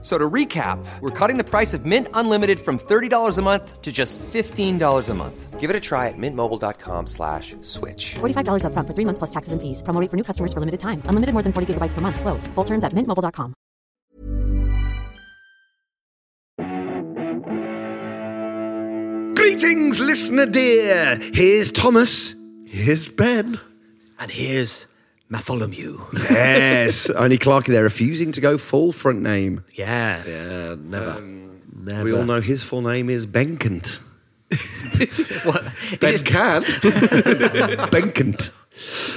So to recap, we're cutting the price of Mint Unlimited from $30 a month to just $15 a month. Give it a try at mintmobile.com slash switch. $45 upfront for three months plus taxes and fees. Promo rate for new customers for limited time. Unlimited more than 40 gigabytes per month. Slows. Full terms at mintmobile.com. Greetings, listener dear. Here's Thomas. Here's Ben. And here's Matholomew. Yes, only Clarky there refusing to go full front name. Yeah. Uh, Yeah, never. never. We all know his full name is Benkent. What? Ben Is it- can. Benkent.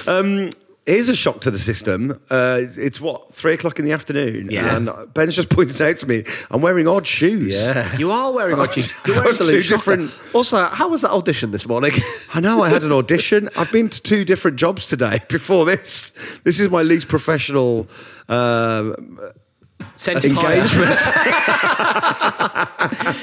Um, here's a shock to the system. Uh, it's what, three o'clock in the afternoon? Yeah. And Ben's just pointed out to me, I'm wearing odd shoes. Yeah. You are wearing I've what you got You're two absolute shocker. different. Also, how was that audition this morning? I know I had an audition. I've been to two different jobs today before this. This is my least professional uh, Send Tom. engagement.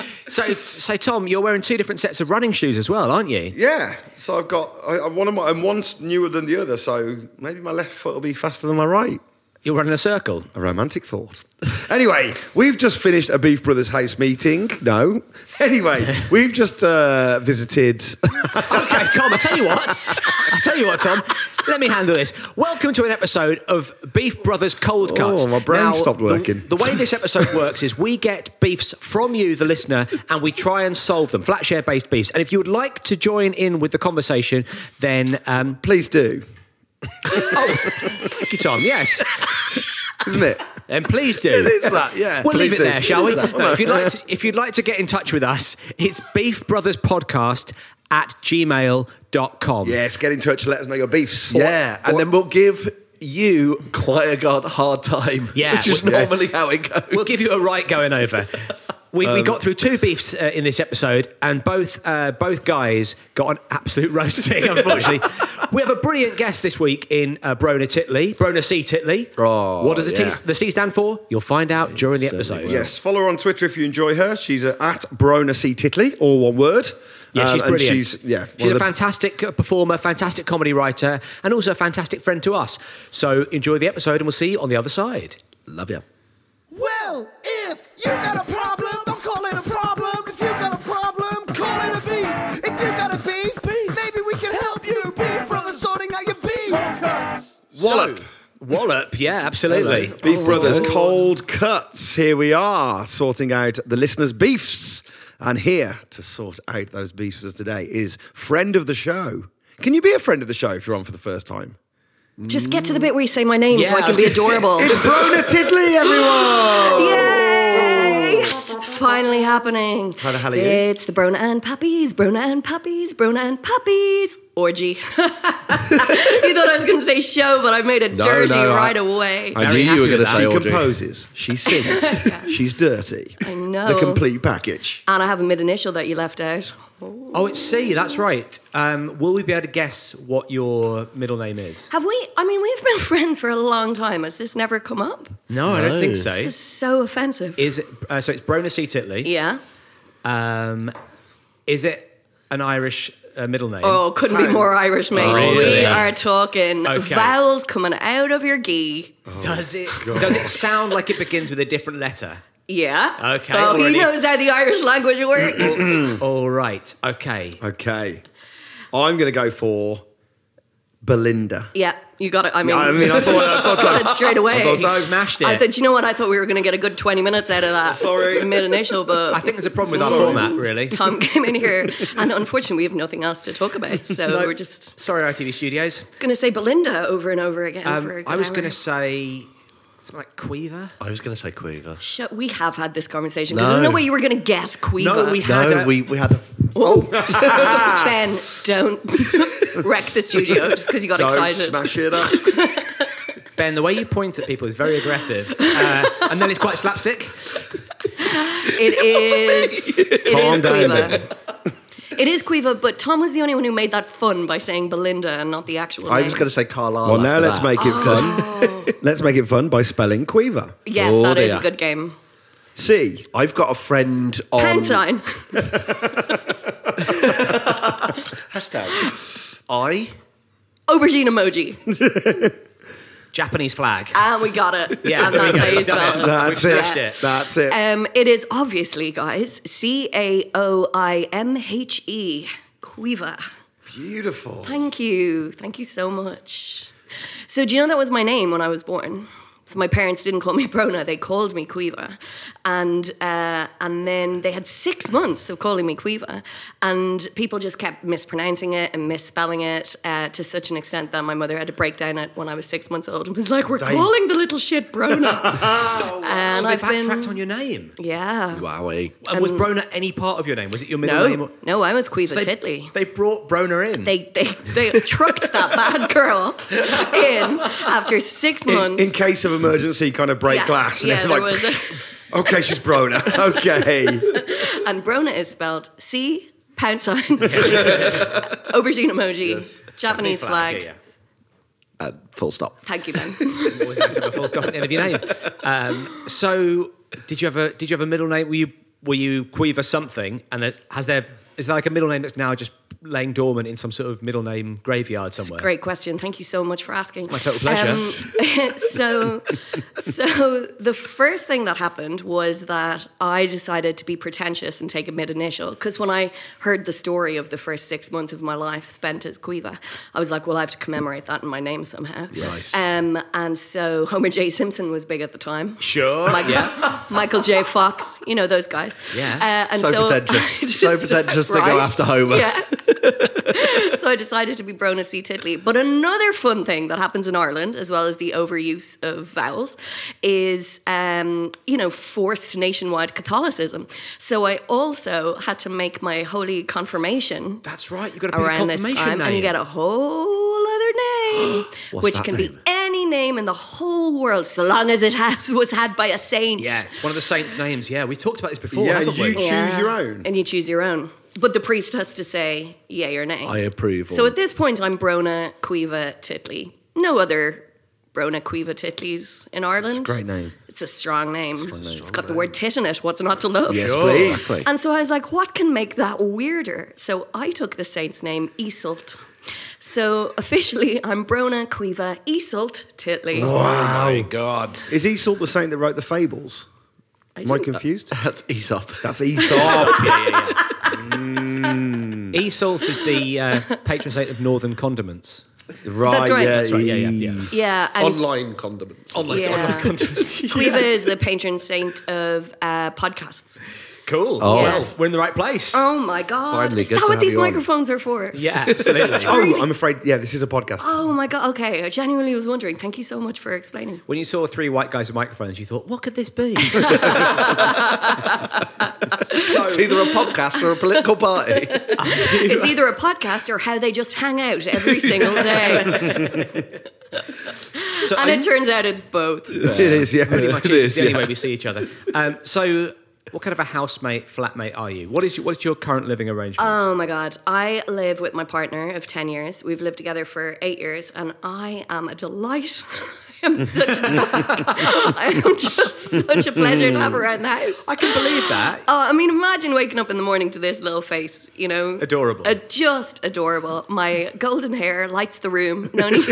So, so Tom, you're wearing two different sets of running shoes as well, aren't you? Yeah, so I've got I, I, one of my and one's newer than the other, so maybe my left foot will be faster than my right. You're running a circle. A romantic thought. Anyway, we've just finished a Beef Brothers house meeting. No. Anyway, we've just uh, visited. Okay, Tom. I tell you what. I tell you what, Tom. Let me handle this. Welcome to an episode of Beef Brothers Cold Cuts. Oh, my brain stopped the- working. The, way this episode works is we get beefs from you, the listener, and we try and solve them. Flat share based beefs. And if you would like to join in with the conversation, then um, Please do, oh, thank you, Tom. Yes. isn't it? Then please do. is that, yeah. We'll leave Please it do. there, shall we? It is that. No, if you'd like to, if you'd like to get in touch with us, it's Beef Brothers Podcast at gmail.com. Yes, get in touch. Let us know your beefs. yeah. And What- then we'll give you quite a god hard time. Yeah. Which is Yes. normally how it goes. Um, We'll give you a right going over. We, we got through two beefs uh, in this episode, and both uh, both guys got an absolute roasting. Unfortunately, we have a brilliant guest this week in uh, Brona Titley, Brona C Titley. Oh, what does the, yeah. T, the C stand for? You'll find out during the episode. Yes, follow her on Twitter if you enjoy her. She's uh, at Brona C Titley, all one word. Um, Yeah, she's and brilliant. she's yeah, one she's of a the- fantastic performer, fantastic comedy writer, and also a fantastic friend to us. So enjoy the episode, and we'll see you on the other side. Love you. Well, if you got a problem, don't call it a problem. If you got a problem, call it a beef. If you got a beef, maybe we can help you. Beef from the sorting out your beef. Wallop. So, Wallop, Oh, yeah, absolutely. Beef Brothers Cold Cuts. Here we are, sorting out the listeners' beefs. And here to sort out those beefs with us today is friend of the show. Can you be a friend of the show if you're on for the first time? Just get to the bit where you say my name Yeah, so I I can was be gonna say- adorable. It's Brona Tiddley, everyone! Yay! Yes, it's finally happening. How the hell are you? It's the Brona and Puppies, Brona and Puppies, Brona and Puppies orgy. you thought I was going to say show, but I made it dirty no, I- right away. I knew you were going to say She orgy. composes, she sings, she's dirty. I know. The complete package. and I have a mid initial that you left out. Oh, it's C, that's right. Um, will we be able to guess what your middle name is? Have we? I mean, we've been friends for a long time. Has this never come up? No, I don't think so. So offensive. Is it, uh, so it's Brona C. Titley. yeah. Um, is it an Irish uh, middle name? Oh, couldn't be more Irish, mate. really? We are talking Okay. vowels coming out of your gi. does it does it sound like it begins with a different letter? Yeah. Okay, Oh, already. he knows how the Irish language works. All right. Okay. Okay. I'm going to go for Belinda. yeah, you got it. I mean, I mean, I thought- I thought- got it straight away. I thought- He smashed it. I thought, you know what? I thought we were going to get a good 20 minutes out of that Sorry. mid initial, but I think there's a problem with our format, really. Tom came in here, and unfortunately, we have nothing else to talk about. So No. we're just Sorry, ITV Studios. going to say Belinda over and over again. Um, for a good I was hour. going to say something like Queaver. I was going to say Queaver. Sh- We have had this conversation because there's No. no way you were going to guess Queeva. No, we had No, a, we, we had a. Ben, don't wreck the studio just because you got Don't excited. smash it up. Ben. The way you point at people is very aggressive, uh, and then it's quite slapstick. It is. it is down, Quiva. It is Quiva, but Tom was the only one who made that fun by saying Belinda and not the actual. I name. was going to say Carlisle. Well, now after let's that. make it fun. let's make it fun by spelling Queaver. Yes, Oh, that is dear. a good game. C. I've got a friend on Pentine. hashtag. I Aubergine emoji. Japanese flag. And we got it. Yeah, And that's we how you got spell it. it. That's We've it. crushed it. That's it. Um, it is obviously, guys, C A O I M H E, Quiva. Beautiful. Thank you. Thank you so much. So, do you know that was my name when I was born? So, my parents didn't call me Brona, they called me Quiva. And, uh, and then they had six months of calling me Quiva. And people just kept mispronouncing it and misspelling it uh, to such an extent that my mother had to break down it when I was six months old and was like, We're calling the little shit Brona. and so I've they've backtracked Um, been. on your name. Yeah. Wowie. And eh? was Brona any part of your name? Was it your middle name? No, or- no, I was Quiva So they, Titley. they brought Brona in. They they they trucked that bad girl in after six In, months. in case of emergency, kind of break Yeah, glass. And yeah, it's there like, was okay, she's Brona. Okay. and Brona is spelled C pound sign aubergine emoji Japanese flag. Yeah, Uh, full stop. Thank you, Ben. yeah. Always nice to have a full stop at the end of your name. Um, so, did you have a did you have a middle name? Were you were you Quiver something? And that has there is there like a middle name that's now just laying dormant in some sort of middle name graveyard somewhere? Great question. Thank you so much for asking. It's my total pleasure. so, so the first thing that happened was that I decided to be pretentious and take a mid initial because when I heard the story of the first six months of my life spent as Quiva, I was like, well, I have to commemorate that in my name somehow. Yes. Um, and so Homer J. Simpson was big at the time. Sure. Michael, Michael J. Fox, you know those guys. Yeah. Uh, and So so, pretentious. I just- So pretentious to go after Homer. Yeah. so I decided to be Brona C. Titley. But another fun thing that happens in Ireland, as well as the overuse of vowels, is um, you know forced nationwide Catholicism. So I also had to make my holy confirmation That's right. You've got to pick a around this confirmation time, name. and you get a whole other name, What's which that can be name? any name in the whole world, so long as it has, was had by a saint. Yeah, it's one of the saints' names. Yeah, we talked about this before, yeah, haven't you we? choose your own. and you choose your own. But the priest has to say yay or nay. I approve. So all. at this point, I'm Brona Quiva Titley. No other Brona Quiva Titleys in Ireland. It's a great name. It's a strong name. It's, got the word tit in it. What's not to love? Yes, Sure. please. Exactly. And so I was like, what can make that weirder? So I took the saint's name, Isolt. So officially, I'm Brona Quiva Isolt Titley. Wow. God. Is Aesop the saint that wrote the fables? I Am I didn't- confused? That's Aesop. That's Oh, Aesop. Esalt Mm. is the uh, patron saint of northern condiments. right, That's right. Yeah, That's right, yeah, yeah, yeah. yeah. Yeah, and Online condiments. Online. yeah. Quiva is the patron saint of uh, podcasts. Cool. Yeah. Oh. Well, we're in the right place. Oh my god! Finally, is good that to what have these you on. microphones are for? Yeah, absolutely. Oh, I'm afraid. Yeah, this is a podcast. Oh my god! Okay, I genuinely was wondering. Thank you so much for explaining. When you saw three white guys with microphones, you thought, what could this be? It's either a podcast or a political party. It's either a podcast or how they just hang out every single day, So and are it you- turns out it's both. It is, yeah. pretty much is the only way we see each other. Um, so, what kind of a housemate, flatmate are you? What is your, what's your current living arrangement? Oh my god! I live with my partner of ten years. We've lived together for eight years, and I am a delight. I am such a I am just such a pleasure to have around the house. I can believe that. Oh, I mean, imagine waking up in the morning to this little face, you know? Adorable. Uh, just adorable. My golden hair lights the room. No need,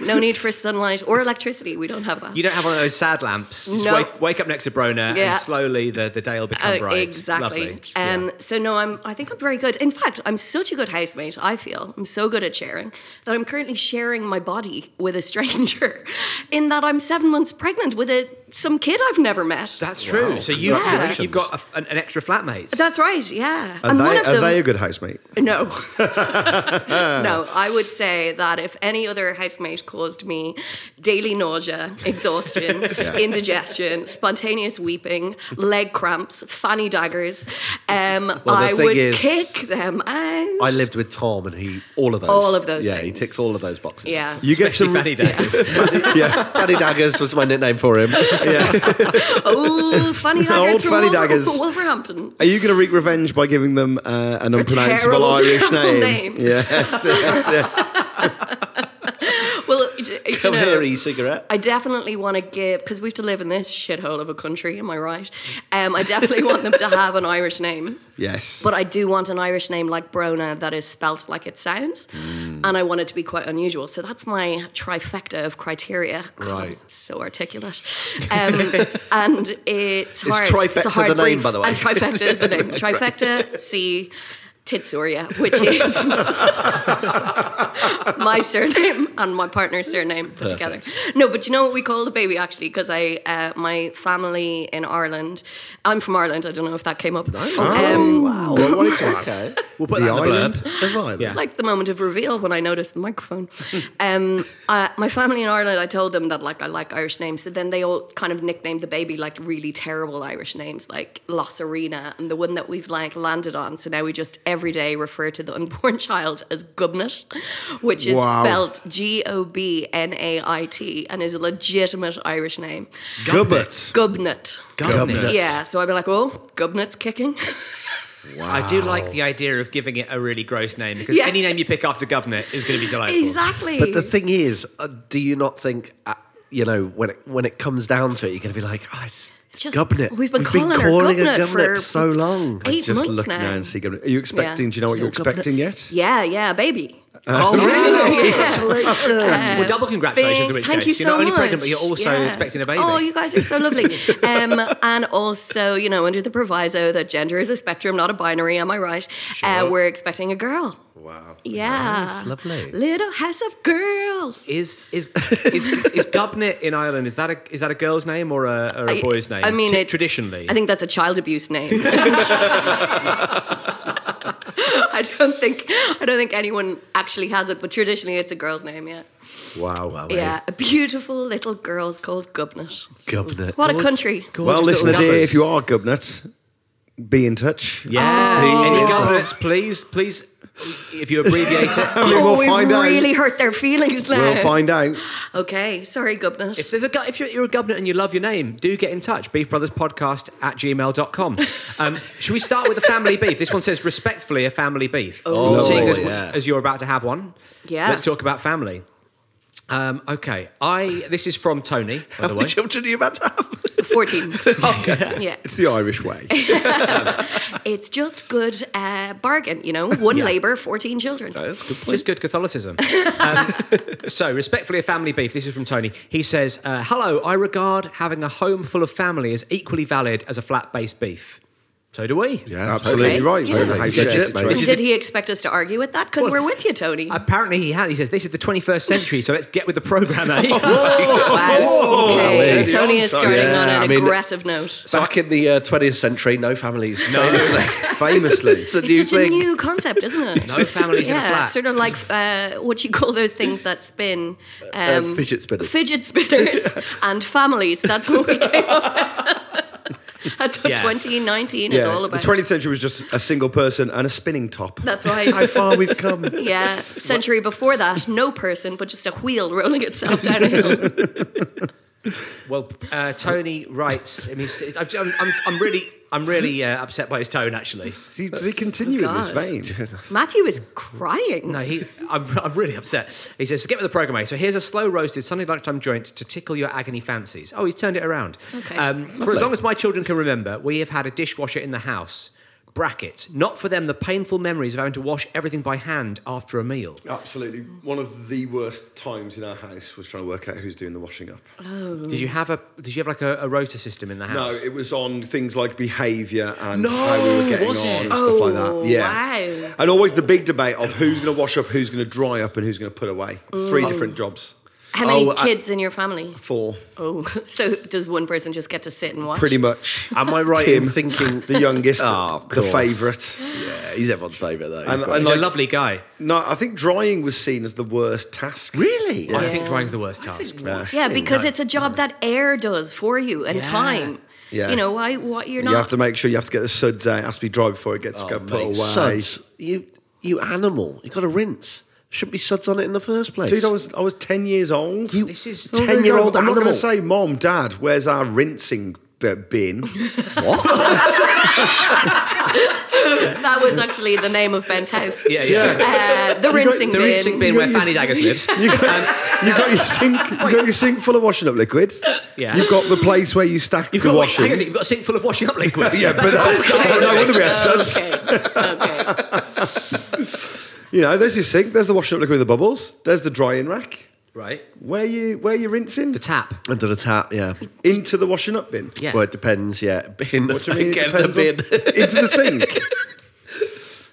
no need for sunlight or electricity. We don't have that. You don't have one of those sad lamps. You just No. wake, wake up next to Brona, Yeah. and slowly the, the day will become Uh, bright. exactly. Lovely. Um, Yeah. So no, I'm. I think I'm very good. In fact, I'm such a good housemate. I feel I'm so good at sharing that I'm currently sharing my body with a stranger. In that I'm seven months pregnant with a some kid I've never met. That's true. So you've, Yeah. you've got a, an, an extra flatmate. That's right. Yeah. Are, they, are they a good housemate? No. no, I would say that if any other housemate caused me daily nausea, exhaustion, indigestion, spontaneous weeping, leg cramps, fanny daggers, um, Well, the I thing would is- kick them out. I lived with Tom, and he all of those. All of those Yeah, he things. ticks all of those boxes. yeah. You Especially get to fanny daggers. yeah, yeah. Fanny Daggers was my nickname for him. Old Fanny Daggers Old from Fanny Wolver- Daggers. Wolverhampton. Are you going to wreak revenge by giving them uh, an unpronounceable terrible, Irish terrible name. name? Yes. Well, it- it- you Come know, here, e-cigarette. I definitely want to give because we have to live in this shithole of a country. Am I right? Um, I definitely want them to have an Irish name, yes. but I do want an Irish name like Brona that is spelt like it sounds, Mm. and I want it to be quite unusual. So that's my trifecta of criteria. God, Right. so articulate, um, and it's hard. trifecta a hard the name, brief. by the way. And trifecta is the name. Trifecta C. Titsuria, which is my surname and my partner's surname put together. No, but you know what we call the baby actually? Because I, uh, my family in Ireland, I'm from Ireland. I don't know if that came up. Um, wow. I wanted to ask. uh, We'll put Oh, that the in the island blurb. of Ireland. It's like the moment of reveal when I noticed the microphone. um, uh, my family in Ireland, I told them that like I like Irish names, so then they all kind of nicknamed the baby like really terrible Irish names, like Lossarina, and the one that we've like landed on. So now we just every day refer to the unborn child as Gubnut, which is Wow. spelled G O B N A I T, and is a legitimate Irish name. Gubbet. Gubnut. Gubbet. Yeah, so I'd be like, oh, Gubnut's kicking. I do like the idea of giving it a really gross name because Yeah. any name you pick after Governor is going to be delightful. exactly. But the thing is, uh, do you not think, uh, you know, when it, when it comes down to it, you're going to be like, oh, it's, it's Just- Gubnut. we've been calling her Gubnut her for so long. eight Just months look now. now and see. Are you expecting? Yeah. Do you know what you're Little Gubbet. expecting yet? Yeah, yeah, baby. Oh, really? Congratulations. Well, double congratulations in which Thank case. you are so not only much. pregnant, but you're also Yeah. expecting a baby. Oh, you guys are so lovely. um, and also, you know, under the proviso that gender is a spectrum, not a binary. Am I right? Uh, we're expecting a girl. Wow. Yeah. Nice, lovely. Little house of girls. is is is, is Gubnet in Ireland? Is that a is that a girl's name or a, or a boy's name? I mean, T- it- traditionally, I think that's a child abuse name. I don't think I don't think anyone actually has it, but traditionally it's a girl's name. Yeah, Wow, wow, yeah, a beautiful little girl's called Gubnut. Gubnut. What a country! Well, Gorgeous listener little dear, Gubbets. if you are Gubnut, be in touch. yeah. Oh. Any Gubnets, please, please, if you abbreviate it. mean, oh, we'll we've find out. really hurt their feelings now. We'll find out. Okay, sorry, Gubnut. If there's a gu- if you're, you're a Gubnet and you love your name, do get in touch. Beefbrotherspodcast at gmail.com. Um, should we start with a family beef? This one says respectfully a family beef. Oh, seeing as, yeah. as you're about to have one. Yeah. Let's talk about family. Um, okay, I this is from Tony. By the How many way, children are you about to have? 14. Yeah. It's the Irish way. It's just good uh, bargain, you know? One labour, 14 children. That's a good Just good Catholicism. Um, so, respectfully, a family beef. This is from Tony. He says, uh, "Hello, I regard having a home full of family as equally valid as a flat-based beef. So do we. Yeah, Absolutely Okay. right. Yeah. How you Yeah, said yeah, it, yeah. mate. This And did he expect us to argue with that? Because we're with you, Tony. Apparently, he has. He says this is the 21st century, so let's get with the program. eh?" Wow. okay. Tony. Tony is starting Yeah, on an I mean- aggressive note. Back in the uh, 20th century, no families. No. Famously. It's a It's new such thing. a new concept, isn't it? No families in a yeah, flat. it's sort of like uh, what you call those things that spin. um, Uh, fidget spinners. Fidget spinners and families. That's what we came up with. That's what Yeah. 2019 is all the about. 20th century was just a single person and a spinning top. That's How right. far we've come. Yeah, century before that, no person, but just a wheel rolling itself down a hill. Well, uh, Tony writes. I mean, it's- I'm, I'm- I'm, I'm really, I'm really uh, upset by his tone. Actually, Does he, does he continue in this vein? Matthew is crying. no, he. I'm, I'm really upset. He says, "Get with the program, eh? So here's a slow roasted Sunday lunchtime joint to tickle your agony fancies. Oh, he's turned it around. Um, Okay. for as long as my children can remember, we have had a dishwasher in the house. Brackets. Not for them the painful memories of having to wash everything by hand after a meal. Absolutely. One of the worst times in our house was trying to work out who's doing the washing up. Did you have a? Did you have like a, a rotor system in the No, house? it was on things like behaviour and how we were getting was on it? and stuff like Oh, that. Yeah. wow. And always the big debate of who's going to wash up, who's going to dry up, and who's going to put away. It's Mm. three different jobs. How many Oh, I- kids in your family? Four, Oh, so does one person just get to sit and watch? pretty much. Am I right Tim, in thinking the youngest, Oh, of the course. favourite. Yeah, he's everyone's favourite though. And- He's and great. He's like- a lovely guy. No, I think drying was seen as the worst task. really? I think drying's the worst task. Yeah, because it's a job that air does for you and Yeah. time. Yeah. You know why? What you're You not. have to make sure you have to get the suds out. It has to be dry before it gets Oh, go put mate, away. Suds, you you animal. You got to rinse. Shouldn't be suds on it in the first place. Dude, I was I was ten years old. You- This is Oh, there 10 you year go. old I'm not going animal. to say, Mom, Dad, where's our rinsing b- bin? what? That was actually the name of Ben's house. Yeah, yeah. Uh, the rinsing The bin. rinsing bin where Fanny Daggers lives. you got, you got your sink. You got your sink full of washing up liquid. Yeah. You've got the place where you stack You've the got, wait, washing. hang on a second, you've got a sink full of washing up liquid. Yeah, but That's all that's- I'm saying. no wonder we had suds. Okay. okay. You know, there's your sink. There's the washing up liquid with the bubbles. There's the drying rack. Right. Where you where you rinsing The tap. under the tap. Yeah. into the washing up bin. Yeah. Well, it depends. Yeah, bin. What do you mean? it Again, depends on- the bin. into the sink.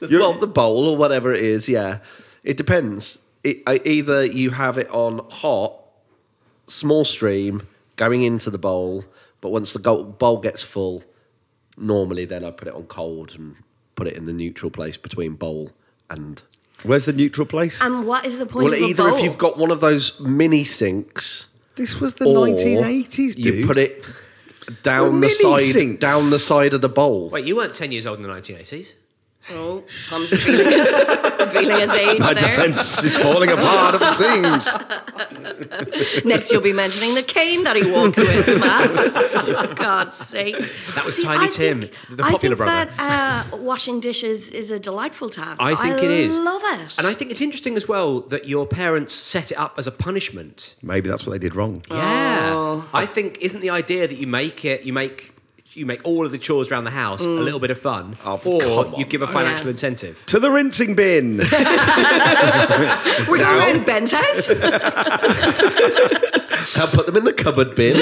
You're- well, the bowl or whatever it is. Yeah, it depends. It, I, either you have it on hot, small stream going into the bowl, but once the go- bowl gets full, normally then I put it on cold and put it in the neutral place between bowl and. Where's the neutral place? And what is the point Well, of a either bowl? if you've got one of those mini sinks, this was the or 1980s, dude. You put it down The the, mini side, sinks. down the side of the bowl. Wait, you weren't 10 years old in the 1980s. Oh, Tom's revealing his, revealing his age My there. defence is falling apart at the seams. Next, you'll be mentioning the cane that he walked with, Matt. For God's sake. That was Tiny Tim, the I popular think brother. That, uh, washing dishes is a delightful task. I think it is. love it. And I think it's interesting as well that your parents set it up as a punishment. Maybe that's what they did wrong. Yeah. I think isn't the idea that you make it you make you make all of the chores around the house a little bit of fun Oh, or come you on, give a financial Yeah. incentive. To the rinsing bin. We're going around Ben's house. I'll put them in the cupboard bin.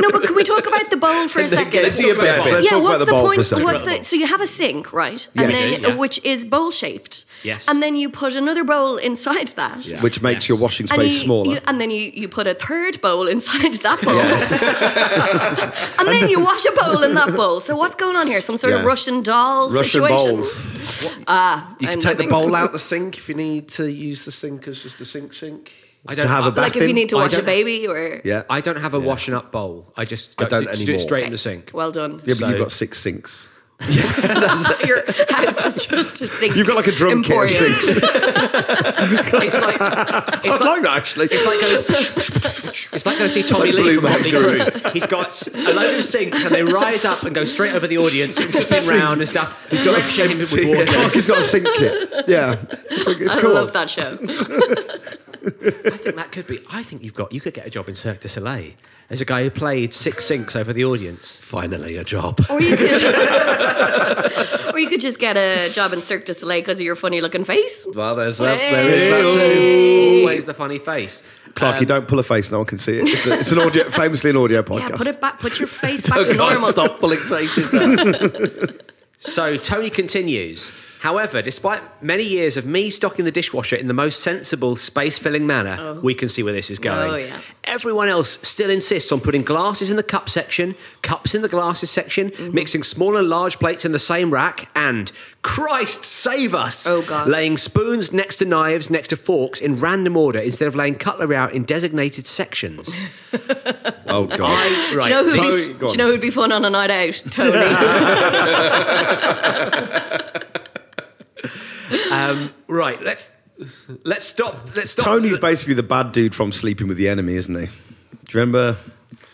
No, but can we talk about the bowl for a second? Let's talk about bits. the bowl. Let's yeah, talk what's about the the bowl point? for a second. what's the, so you have a sink, right? And Yes. then, Yeah. which is bowl shaped. Yes. And then you put another bowl inside that. Which makes Yes. your washing And, space you- smaller. you- and then you, you put a third bowl inside that bowl. and then you wash a bowl in that bowl. So what's going on here? Some sort of Yeah. Russian doll Russian situation. bowls. You can I'm take the having- bowl out the sink if you need to use the sink as just a sink sink. I To have a Like if you Bathing? need to I Oh, wash a don't- baby or Yeah. I don't have a washing up bowl. I just I go- don't just do it anymore. straight in the sink. Well done. yeah, but so- you've got six sinks. Your house is just a sink. You've got like a drum kit of emporium. sinks. It's like it's I'd like, like that actually. it's like going to, it's like going to see Tommy like Lee Blue from Motley Kangaroo. Crue. He's got a load of sinks and they rise up and go straight over the audience and spin round and stuff. He's got him with water. He's got a sink kit. Yeah, it's, like, it's I cool. love that show. I think that could be. I think you've got. You could get a job in Cirque du Soleil as a guy who played six sinks over the audience. Finally, a job. Or you could, or you could just get a job in Cirque du Soleil because of your funny looking face. Well, there's that. There is that too. Hey. Always the funny face. Clarky, don't pull a face. No one can see it. It's, a, it's an audio, famously an audio um, Yeah, podcast. put it back. Put your face back to Don't normal. stop pulling faces. out. So Tony continues. However, despite many years of me stocking the dishwasher in the most sensible, space filling manner, we can see where this is going. Oh, yeah. Everyone else still insists on putting glasses in the cup section, cups in the glasses section, Mm-hmm. mixing small and large plates in the same rack, and Christ save us! Oh, God. Laying spoons next to knives, next to forks in random order instead of laying cutlery out in designated sections. oh god. I, right. Do you know who'd so- be, Tony, go do on. you know who'd be fun on a night out? Tony. right, let's let's stop. Let's stop. Tony's basically the bad dude from Sleeping with the Enemy, isn't he? Do you remember?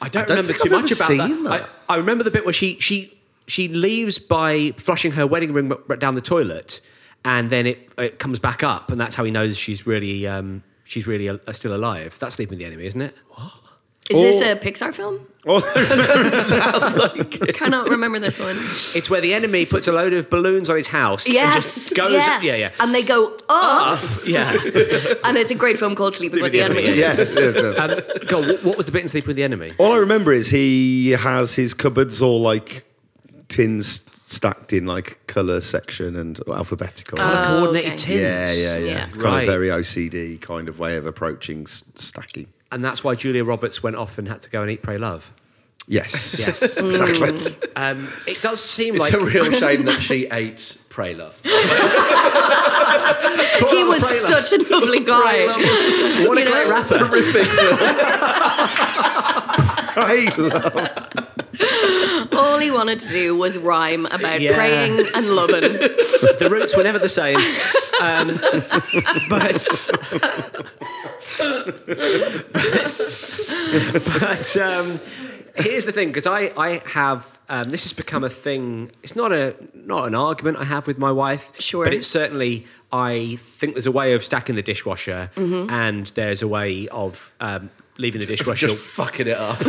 I don't, don't remember think too I've much ever about seen that. that. I, I remember the bit where she she she leaves by flushing her wedding ring r- down the toilet, and then it, it comes back up, and that's how he knows she's really um, she's really uh still alive. That's sleeping with the enemy, isn't it? Is this a Pixar film? Oh, Cannot remember this one. It's where the enemy puts a load of balloons on his house and Yes. just goes. yes. Yeah, yeah, And they go up, yeah. and it's a great film called Sleeping with the with the Enemy. Enemy, yeah, yes, yes. Um, God, what, what was the bit in Sleeping with the Enemy? All I remember is he has his cupboards all like tins stacked in like colour section and alphabetical. Coordinated okay. tins. Oh, yeah, yeah, yeah, Yeah. It's kind Right. of very OCD kind of way of approaching s- stacking. And that's why Julia Roberts went off and had to go and eat, pray, love. Yes. Yes. exactly. Um, it does seem It's like a real shame that she ate Pray Love. He was such a lovely guy. What a You great know? rapper. Horrific film. I love- All he wanted to do was rhyme about Yeah. praying and loving. the roots were never the same. Um, but but, but um, here's the thing because I, I have um, this has become a thing it's not a not an argument i have with my wife Sure. but it's certainly i think there's a way of stacking the dishwasher and there's a way of um, leaving the dishwasher Just fucking it up.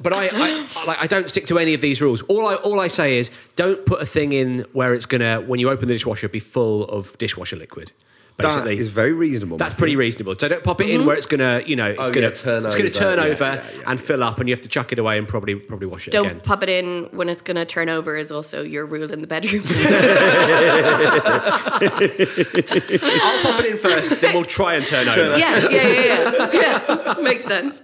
but I, I like I don't stick to any of these rules. All I all I say is don't put a thing in where it's gonna when you open the dishwasher be full of dishwasher liquid. That Basically, is very reasonable. that's Matthew. pretty reasonable. So don't pop it in where it's gonna you know it's Oh, gonna yeah, turn it's gonna over. turn Yeah, over yeah, yeah, and fill up, and you have to chuck it away and probably probably wash it Don't again. pop it in when it's going to turn over is also your rule in the bedroom. I'll pop it in first, then we'll try and turn over. yeah, yeah, yeah, yeah. yeah. Makes sense.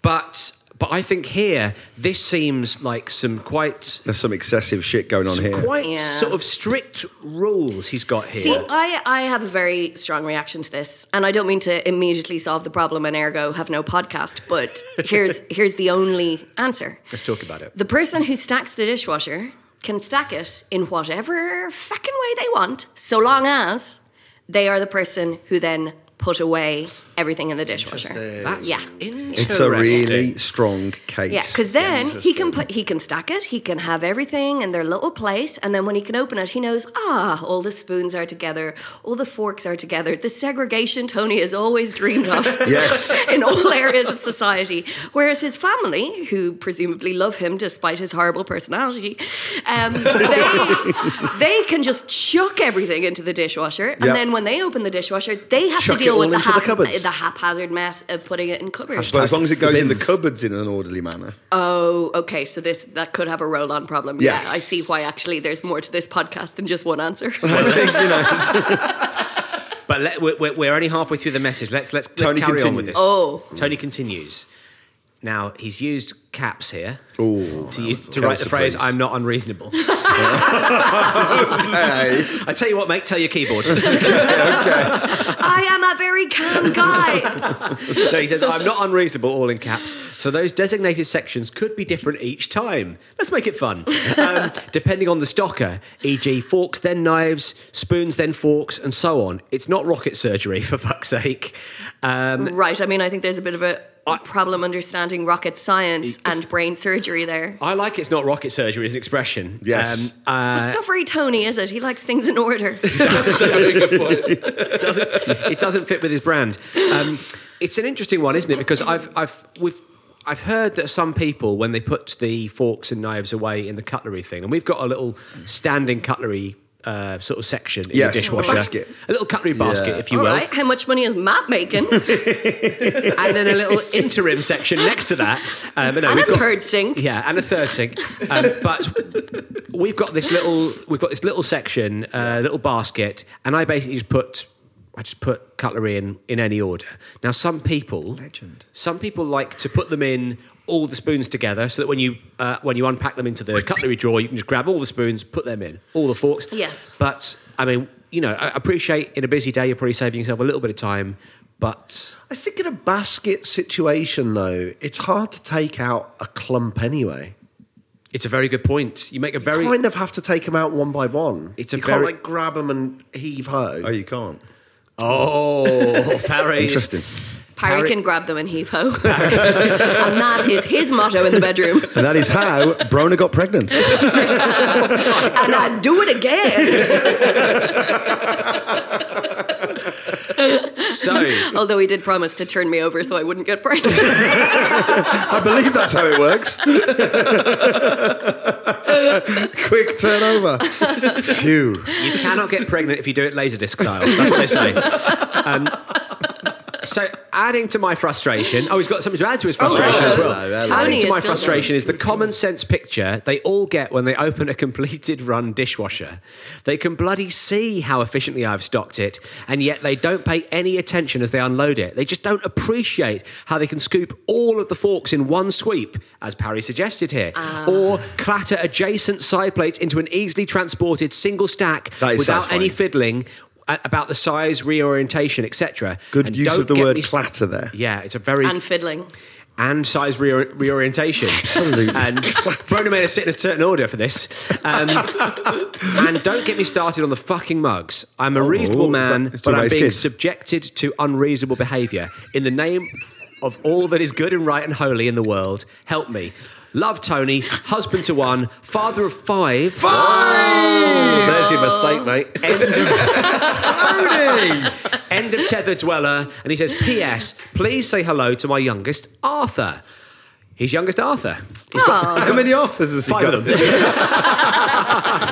But but I think here this seems like some quite. There's some excessive shit going on here. Quite Yeah. sort of strict rules he's got here. See, I, I have a very strong reaction to this, and I don't mean to immediately solve the problem and ergo have no podcast, but here's here's the only answer. Let's talk about it. The person who stacks the dishwasher can stack it in whatever fucking way they want, so long as they are the person who then put away everything in the dishwasher. That's Yeah. interesting. It's a really strong case. Yeah, because then he can put he can stack it, he can have everything in their little place, and then when he can open it, he knows ah, all the spoons are together, all the forks are together. The segregation Tony has always dreamed of. Yes. in all areas of society. Whereas his family, who presumably love him despite his horrible personality, um, they, they can just chuck everything into the dishwasher. And Yeah. then when they open the dishwasher, they have Chuck to it deal all with the, into the hap- cupboards. the haphazard mess of putting it in cupboards. But as long as it goes in the Bins. cupboards in an orderly manner. Um, oh, okay. So this that could have a roll on problem. Yes. Yeah, I see why actually there's more to this podcast than just one answer. But let, we're- we're, we're only halfway through the message. Let's let's, let's Tony carry on with continues. this. Oh. Tony continues. Now he's used caps here Ooh. to use to Okay, write the phrase surprise. "I'm not unreasonable." Hey. I tell you what, mate, tell your keyboard. no, I am a very calm guy. he says "I'm not unreasonable" all in caps. So those designated sections could be different each time. Let's make it fun, um, depending on the stocker, e.g., forks then knives, spoons then forks, and so on. It's not rocket surgery, for fuck's sake. right. I mean, I think there's a bit of a problem understanding rocket science and brain surgery there. I like it's not rocket surgery as an expression. Yes. Um, uh, It's not very Tony, is it? He likes things in order. it doesn't fit with his brand. Um, it's an interesting one, isn't it? Because I've I've we've I've heard that some people when they put the forks and knives away in the cutlery thing, and we've got a little standing cutlery. Uh, sort of section in Yes, the dishwasher, a basket. a little cutlery basket, Yeah. if you All will, right. How much money is Matt making? and then a little interim section next to that. Um, no, and a we've got- third sink. yeah, and a third sink. Um, but we've got this little we've got this little section, uh, little basket, and I basically just put I just put cutlery in in any order. Now some people Legend. Some people like to put them in all the spoons together so that when you uh, when you unpack them into the cutlery drawer, you can just grab all the spoons, put them in, all the forks. Yes. But I mean, you know, I appreciate in a busy day you're probably saving yourself a little bit of time, but I think in a basket situation, though, it's hard to take out a clump anyway. it's a very good point. You make a very You kind of have to take them out one by one. It's a you very- can't like grab them and heave ho. Oh, you can't. oh Paris. Interesting. Parry can grab them and heave ho. and that is his motto in the bedroom. And that is how Brona got pregnant. And I'd do it again. So. Although he did promise to turn me over so I wouldn't get pregnant. I believe that's how it works. Quick turnover. Phew. You cannot get pregnant if you do it laserdisc style. That's what they say. Um, so, adding to my frustration, oh, he's got something to add to his frustration hello. as well. Hello, hello. Tony adding to is my still frustration is the common sense picture they all get when they open a completed run dishwasher. They can bloody see how efficiently I've stocked it, and yet they don't pay any attention as they unload it. They just don't appreciate how they can scoop all of the forks in one sweep, as Parry suggested here, or clatter adjacent side plates into an easily transported single stack That is without satisfying. any fiddling a- about the size, reorientation, etc. Good And use don't of the get word me- clatter there. Yeah, it's a very and fiddling. and size reor- reorientation. Absolutely. And Brona made us sit in a certain order for this. Um, and don't get me started on the fucking mugs. I'm a reasonable is that- man, it's to but I'm raise being kids. subjected to unreasonable behaviour in the name of all that is good and right and holy in the world. Help me. Love Tony, husband to one, father of five. Oh, There's your mistake, mate. End of, Tony! end of tether dweller. And he says, P.S. Please say hello to my youngest, Arthur. His youngest, Arthur. He's Oh. How many authors has he Five got? of them.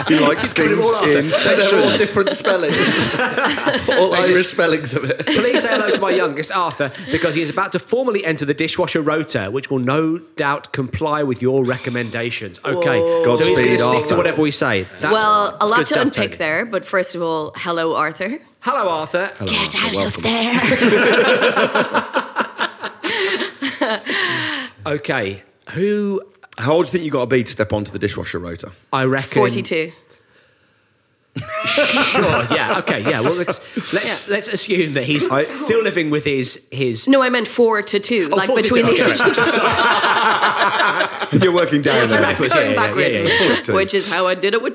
He likes He's got things it all up. in They're all sections. different spellings. all Irish spellings of it. Please say hello to my youngest, Arthur, because he is about to formally enter the dishwasher rota, which will no doubt comply with your recommendations. Okay. so he's going Godspeed, to stick Arthur. to whatever we say. That's, well, a that's lot good to stuff, unpick Tony. there, but first of all, hello, Arthur. Hello, Arthur. Get out of there. Okay. Who How old do you think you got to be to step onto the dishwasher rotor? I reckon. 42. Sure. Yeah. Okay. Yeah. Well, let's let's let's assume that he's I- still living with his his. No, I meant four to two, like 42, between the okay. ages. You're working down Yeah, there. backwards, Going yeah, yeah, backwards, yeah, yeah. which is how I did it with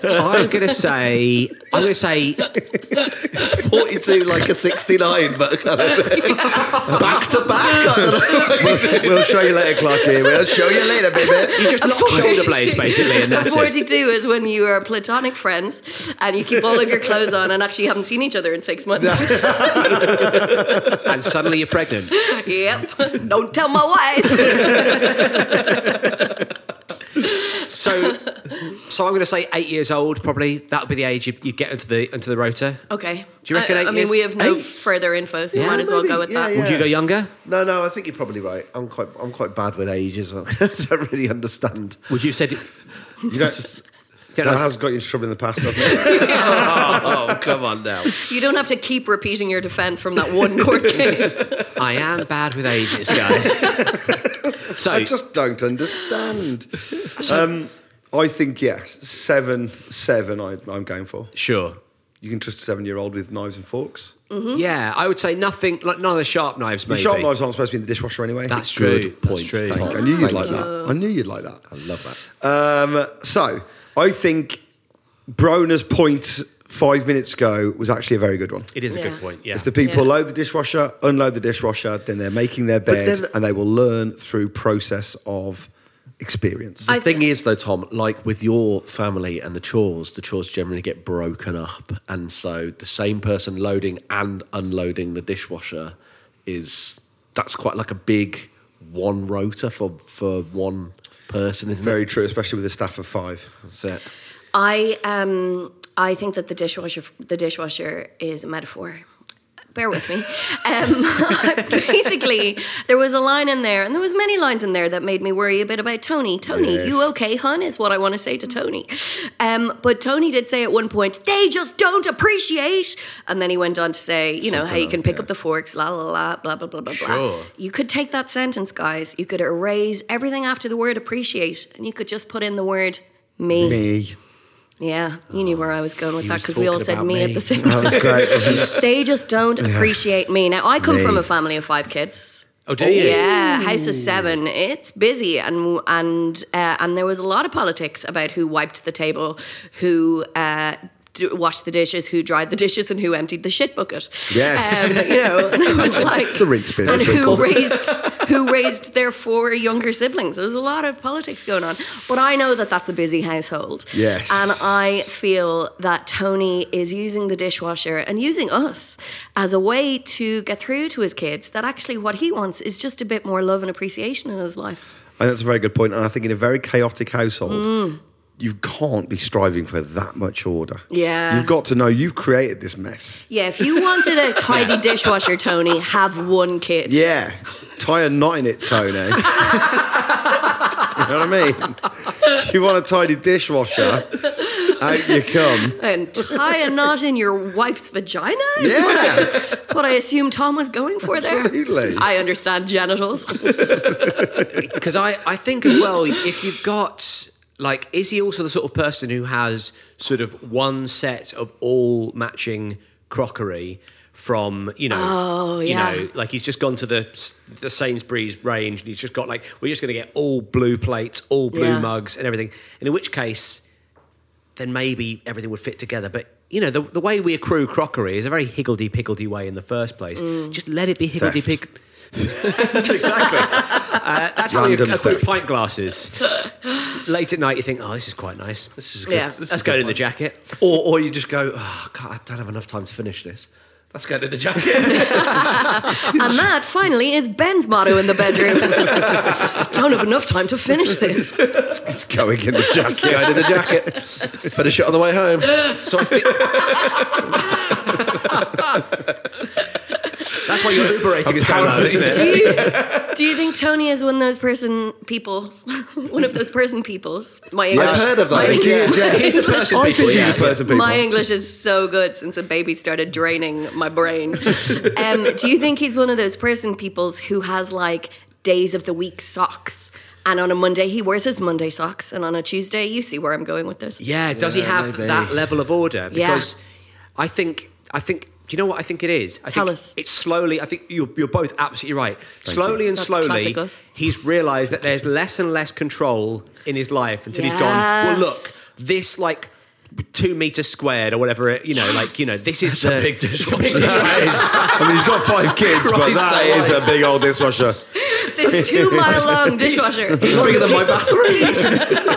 Tom. I'm gonna say. I'm gonna say. 42 like a 69, but kind of back to back. We'll show you later, Clarky. We'll show you later, baby. You just lock shoulder blades basically, and that's it. 42 is when you are platonic friends and you keep all of your clothes on and actually haven't seen each other in six months. And suddenly you're pregnant. yep. Don't tell my wife. So, so I'm going to say eight years old. Probably that would be the age you, you get into the into the rotor. Okay. Do you reckon I, eight I mean, years? we have no Eight? further info, so we Yeah, might as well maybe. go with Yeah, that. yeah. Would you go younger? No, no, I think you're probably right. I'm quite, I'm quite bad with ages. I don't really understand. Would you have said? You don't just. Yeah, That no, has got you into trouble in the past, hasn't it? Oh, come on now. You don't have to keep repeating your defense from that one court case. I am bad with ages, guys. so, I just don't understand. Um, I think yes, seven, seven. I, I'm going for. sure. You can trust a seven-year-old with knives and forks. Yeah, I would say nothing. Like none of the sharp knives, The maybe. Sharp knives aren't supposed to be in the dishwasher anyway. That's true. That's true. Thank you. I knew you'd like that. I knew you'd like that. I love that. Um, so I think Broner's point five minutes ago was actually a very good one. It is a Yeah. good point. Yeah. If the people Yeah. load the dishwasher, unload the dishwasher, then they're making their bed then- and they will learn through process of experience. The thing is, though, Tom, like with your family and the chores, the chores generally get broken up, and so the same person loading and unloading the dishwasher is that's quite like a big one rotor for for one person, isn't Very true, especially with a staff of five. it? That's it. I um I think that the dishwasher the dishwasher is a metaphor. Bear with me. Um, basically, there was a line in there, and there was many lines in there that made me worry a bit about Tony. Tony, Yes. you okay, hun? Is what I want to say to Tony. Um, but Tony did say at one point, "They just don't appreciate," and then he went on to say, "You know how you can pick up the forks, la la la, blah blah blah blah blah." You could take that sentence, guys. You could erase everything after the word "appreciate," and you could just put in the word Me. yeah, you knew where I was going with that was because we all talking said about me, me. at the same time. That's great. isn't it? they just don't appreciate me. Now, I come Me. from a family of five kids. oh, do you? Yeah, house of seven. It's busy, and and uh, and there was a lot of politics about who wiped the table, who. Uh, d- Washed the dishes, who dried the dishes, and who emptied the shit bucket. Yes. um, you know, and it was like The rinse bin, and as we who call it. raised who raised their four younger siblings. There was a lot of politics going on, but I know that that's a busy household. Yes. and I feel that Tony is using the dishwasher and using us as a way to get through to his kids that actually what he wants is just a bit more love and appreciation in his life. And that's a very good point. And I think in a very chaotic household, Mm. you can't be striving for that much order. Yeah. You've got to know you've created this mess. Yeah, if you wanted a tidy dishwasher, Tony, have one kid. Yeah. Tie a knot in it, Tony. you know what I mean? If you want a tidy dishwasher, out you come. And tie a knot in your wife's vagina? Yeah. That's what I assume Tom was going for there. Absolutely. I understand genitals. because I, I think as well if you've got like is he also the sort of person who has sort of one set of all matching crockery from you know, Oh, yeah. you know, like he's just gone to the the Sainsbury's range and he's just got like we're just going to get all blue plates, all blue Yeah. mugs, and everything. And in which case, then maybe everything would fit together. But you know, the, the way we accrue crockery is a very higgledy piggledy way in the first place. Mm. Just let it be higgledy pig. exactly. Uh, that's how we Random accrue theft. pint glasses. Late at night, you think, oh, this is quite nice. This is good. Yeah. This is Let's good go in one. the jacket. Or, or you just go, oh, God, I don't have enough time to finish this. Let's go to the jacket. And that finally is Ben's motto in the bedroom. Don't have enough time to finish this. It's going in the jacket. go to the jacket. Finish it on the way home. So I think that's why your Uber rating is so low, isn't Do it? you, do you think Tony is one of those person people? One of those person peoples? My English, I've heard of my that. English- He's a person I people. think he's yeah. a person people. My English is so good since a baby started draining my brain. um, do you think he's one of those person peoples who has like days of the week socks? And on a Monday, he wears his Monday socks. And on a Tuesday, you see where I'm going with this. Yeah, does he Yeah, have maybe. that level of order? Yeah. Because I think I think do you know what I think it is? I Tell think us. It's slowly. I think you're, you're both absolutely right. slowly and That's slowly, classic us. he's realised that there's less and less control in his life until he's gone. Well, look, Yes. this like two meters squared or whatever. It, you know, like you know, this is the, big dishwasher. big dishwasher. I mean, he's got five kids, but Christ that alive. is a big old dishwasher. This two mile long dishwasher. It's bigger than my bathroom.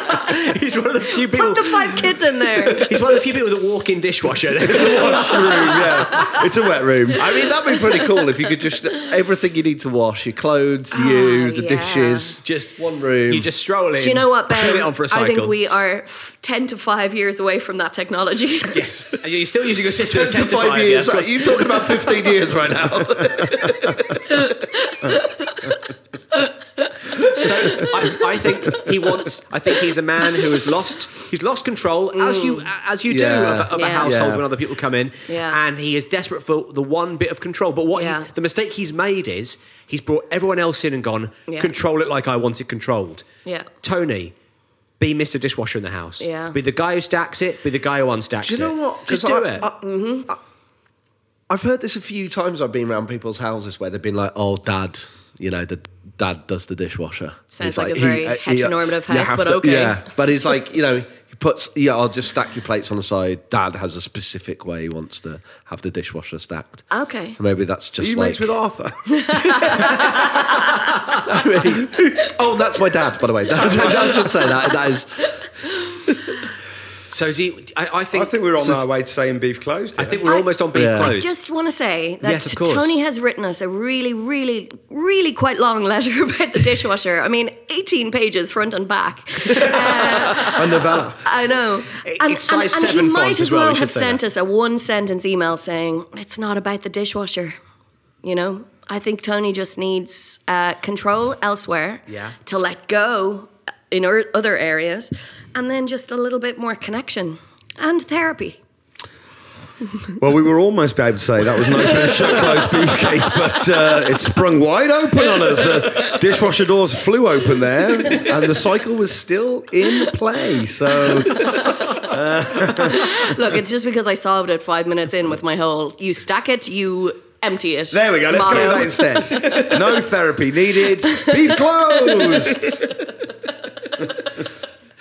he's one of the few people. Put the five kids in there. He's one of the few people that walk in dishwasher. Room, yeah. It's a wet room. I mean, that'd be pretty cool if you could just everything you need to wash your clothes, you, the yeah. dishes, just one room. You just stroll in. Do you know what, Ben? Turn it on for a cycle. I think we are f- 10 to 5 years away from that technology. Yes, and you're still using your system. of 10 to 5 yeah, years. of course. you talking about 15 years right now. So I, I think he wants. I think he's a man who has lost. He's lost control as you as you Yeah. do of, a- of a Yeah. household Yeah. when other people come in. Yeah. And he is desperate for the one bit of control. But what Yeah. he, the mistake he's made is he's brought everyone else in and gone Yeah. control it like I want it controlled. Yeah. Tony. Be Mr. Dishwasher in the house. Yeah. Be the guy who stacks it. Be the guy who unstacks Do you know it. what? Just 'Cause do I, it. mm-hmm. have heard this a few times. I've been around people's houses where they've been like, "Oh, dad, you know, the dad does the dishwasher." Sounds It's like a very uh, heteronormative you house, have but to- okay. Yeah, but it's like you know, he puts. Yeah, I'll just stack your plates on the side. Dad has a specific way he wants to have the dishwasher stacked. Okay. Maybe that's Are just you like. mates with Arthur? oh, that's my dad, by the way. Dad, I should say that. That is. so do you, I, I think. I think we're on So- our way to saying beef closed. I here. think we're almost on beef Yeah. closed. Just want to say that Yes, of course. Tony has written us a really, really, really quite long letter about the dishwasher. I mean, 18 pages front and back. a novella. I know. It- And, it's size and, and seven he might font as as well, well we should have say sent that. us a one sentence email saying, it's not about the dishwasher. You know, I think Tony just needs uh, control elsewhere Yeah. to let go in er- other areas and then just a little bit more connection and therapy. Well, we were almost able to say that was an open shut closed beefcake, but uh, it sprung wide open on us. The dishwasher doors flew open there, and the cycle was still in play. So Look, it's just because I solved it five minutes in with my whole you stack it, you empty it. there we go. Let's go motto. with that instead. No therapy needed. Beef closed.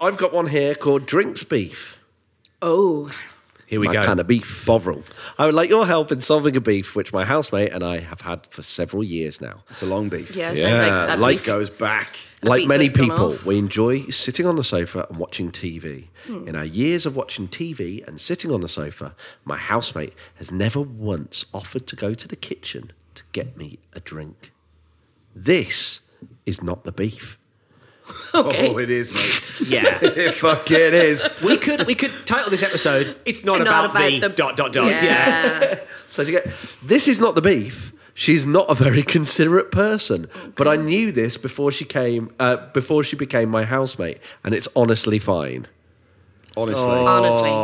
I've got one here called Drinks Beef. Oh, Here we my go. kind of beef. Bovril. I would like your help in solving a beef which my housemate and I have had for several years now. It's a long beef. yeah, sounds like that like beef. Goes back. Like beef many has gone people, off. we enjoy sitting on the sofa and watching TV. Hmm. In our years of watching TV and sitting on the sofa, my housemate has never once offered to go to the kitchen to get me a drink. This is not the beef. Okay. Oh, it is, mate. yeah. it fucking is. we could we could title this episode "It's Not, Not about, about the, the- dot dot Oh, dot." Yeah. yeah. So to get this is not the beef. She's not a very considerate person, but I knew this before she came, uh, before she became my housemate, and it's honestly fine. Honestly. Oh. honestly.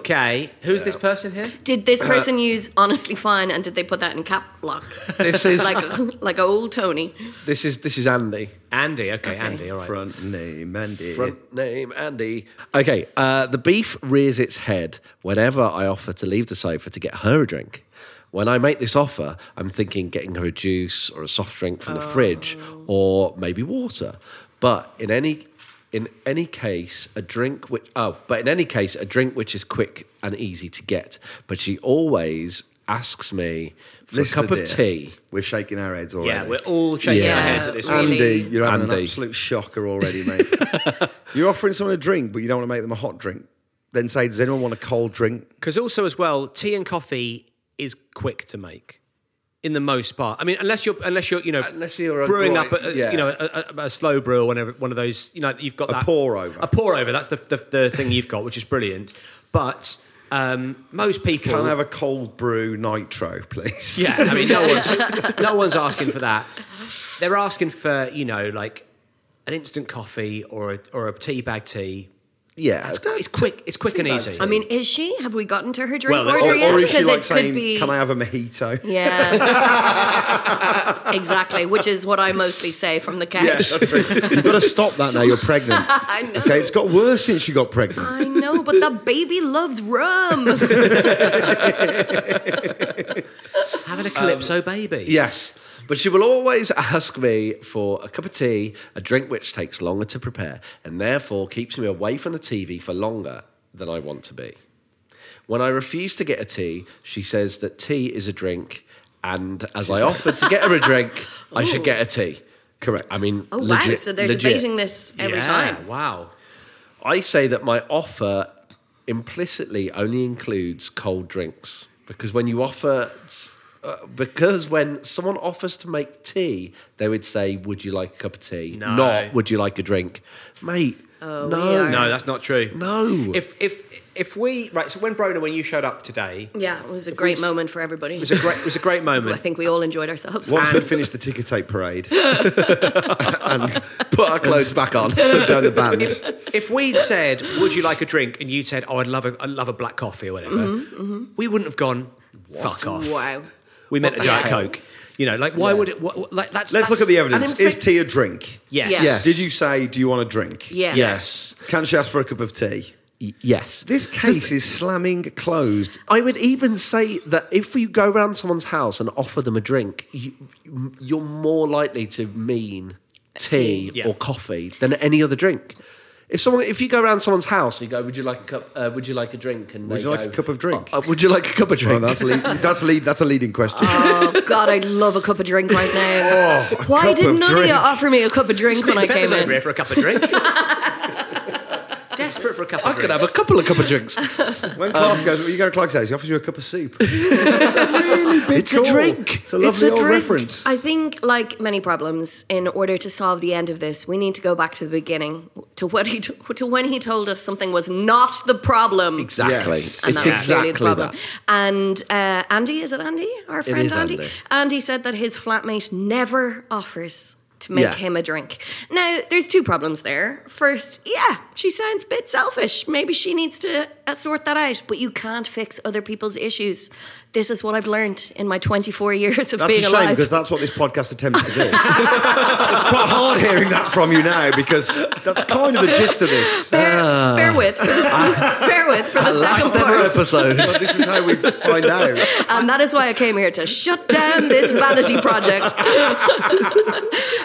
Okay. Who's this person here? Did Uh, this person use honestly fine and did they put that in cap locks? This is like like old Tony. this is this is Andy. Andy. Okay, Andy. All right. Front name, Andy. Front name Andy. Okay, uh, the beef rears its head whenever I offer to leave the sofa to get her a drink. When I make this offer, I'm thinking getting her a juice or a soft drink from the fridge or maybe water. But in any in any case, a drink which oh, but in any case, a drink which is quick and easy to get. But she always asks me for Listener a cup of dear, tea. We're shaking our heads already. Yeah, we're all shaking Yeah. our heads at this. Yeah. one. Andy, Really? you're having an Andy. absolute shocker already, mate. you're offering someone a drink, but you don't want to make them a hot drink. Then say, does anyone want a cold drink? Because also as well, tea and coffee is quick to make, in the most part. I mean, unless you're unless you're you know Unless you're a brewing groin- up a, a- yeah. you know a, a, a slow brew or whenever one of those you know you've got A that pour over. a pour over. That's the the, the thing you've got, which is brilliant. But um, most people Can I have a cold brew nitro, please? Yeah, I mean, no one's no one's asking for that. They're asking for you know like an instant coffee or a, or a tea bag tea. Yeah, It's, it's quick. It's quick and easy. I mean, is she? Have we gotten to her drink Well, that's- order Or, yet? or is she Because like it saying, could be. can I have a mojito? yeah. exactly, which is what I mostly say from the couch. You've got to stop that now. You're pregnant. I know. Okay, it's got worse since you got pregnant. I know, but the baby loves rum. having a calypso baby. Yes. But she will always ask me for a cup of tea, a drink which takes longer to prepare and therefore keeps me away from the TV for longer than I want to be. When I refuse to get a tea, she says that tea is a drink, and as I offered to get her a drink, I should get a tea. Correct. I mean, Oh, wow. legit- So they're legit. debating this every Yeah, time. Wow. I say that my offer implicitly only includes cold drinks because when you offer, uh, because when someone offers to make tea, they would say, "Would you like a cup of tea?" No. Not, "Would you like a drink?" Mate, no, No, that's not true. No. If if if we right, so when Brona, when you showed up today, it Yeah, it was a great s- moment for everybody. was a great it was a great I moment. think we all enjoyed ourselves. Once we And- finished the ticker tape parade, Put our clothes back on. stood down the band. If we'd said, "Would you like a drink?" and you said, "Oh, I'd love a I'd love a black coffee or whatever," we wouldn't have gone. Fuck off. Wow. We meant a the diet hell? coke. You know, like why would it? What, what- like that's. Let's that's- look at the evidence. and in Is fact- tea a drink? Yes. Yes. Yes. Did you say, do you want a drink? Yes. Yes, Can she ask for a cup of tea? Y- yes. This case is slamming closed. I would even say that if you go round someone's house and offer them a drink, you, you're more likely to mean tea Yeah. or coffee than any other drink. If someone, if you go round someone's house and you go, "Would you like a cup? Uh, would you like a drink?" and Would they you like go, a cup of drink? "Uh, would you like a cup of Well, drink? Oh, that's, lead, that's, lead, that's a leading question. Oh, God, I'd love a cup of drink right now. Oh, a Why cup didn't of none of drink. you offer me a cup of drink when I Feathers came over in? here for a cup of drink. Desperate for a cup of I drink. could have a couple of cup of drinks. When Clark goes, you go to Clark's house, he offers you a cup of soup. it's a really big It's a call. drink. It's a It's lovely a old drink. reference. I think, like many problems, in order to solve the end of this, we need to go back to the beginning to what he t- to when he told us something was not the problem. Exactly. Yes. And It's that was clearly exactly the problem. that. And uh, Andy, is it Andy? Our friend is Andy. Andy. Andy said that his flatmate never offers to make Yeah. him a drink. Now, there's two problems there. First, yeah, she sounds a bit selfish. Maybe she needs to uh, sort that out, but you can't fix other people's issues. This is what I've learned in my 24 years of That's being a shame alive. because that's what this podcast attempts to do. it's quite hard hearing that from you now because that's kind of the gist of this. bear, bear with, for the, bear with for the Last second ever part. episode. But this is how we find out. And that is why I came here to shut down this vanity project.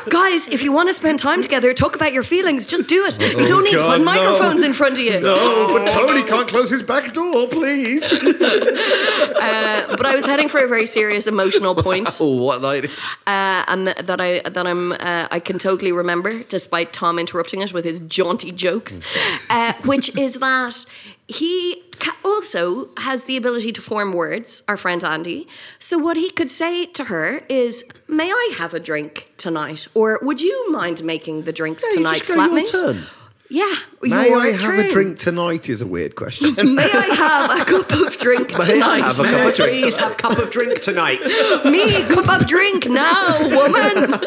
Guys, if you want to spend time together, talk about your feelings, just do it. You don't need to Oh, God, put no. microphones in front of you. Oh, but Tony can't close his back door, please. Uh, But I was heading for a very serious emotional point. Oh, what night? Uh, and th- that I that I'm uh, I can totally remember, despite Tom interrupting it with his jaunty jokes, Mm. uh, which is that he ca- also has the ability to form words. Our friend Andy. So what he could say to her is, "May I have a drink tonight?" Or "Would you mind making the drinks you tonight, just go, "Your flatmate?" turn. Yeah, May your I have turn. a drink tonight is a weird question. May I have a cup of drink tonight? have a cup of drink. Please have a cup of drink tonight. me cup of drink now, woman.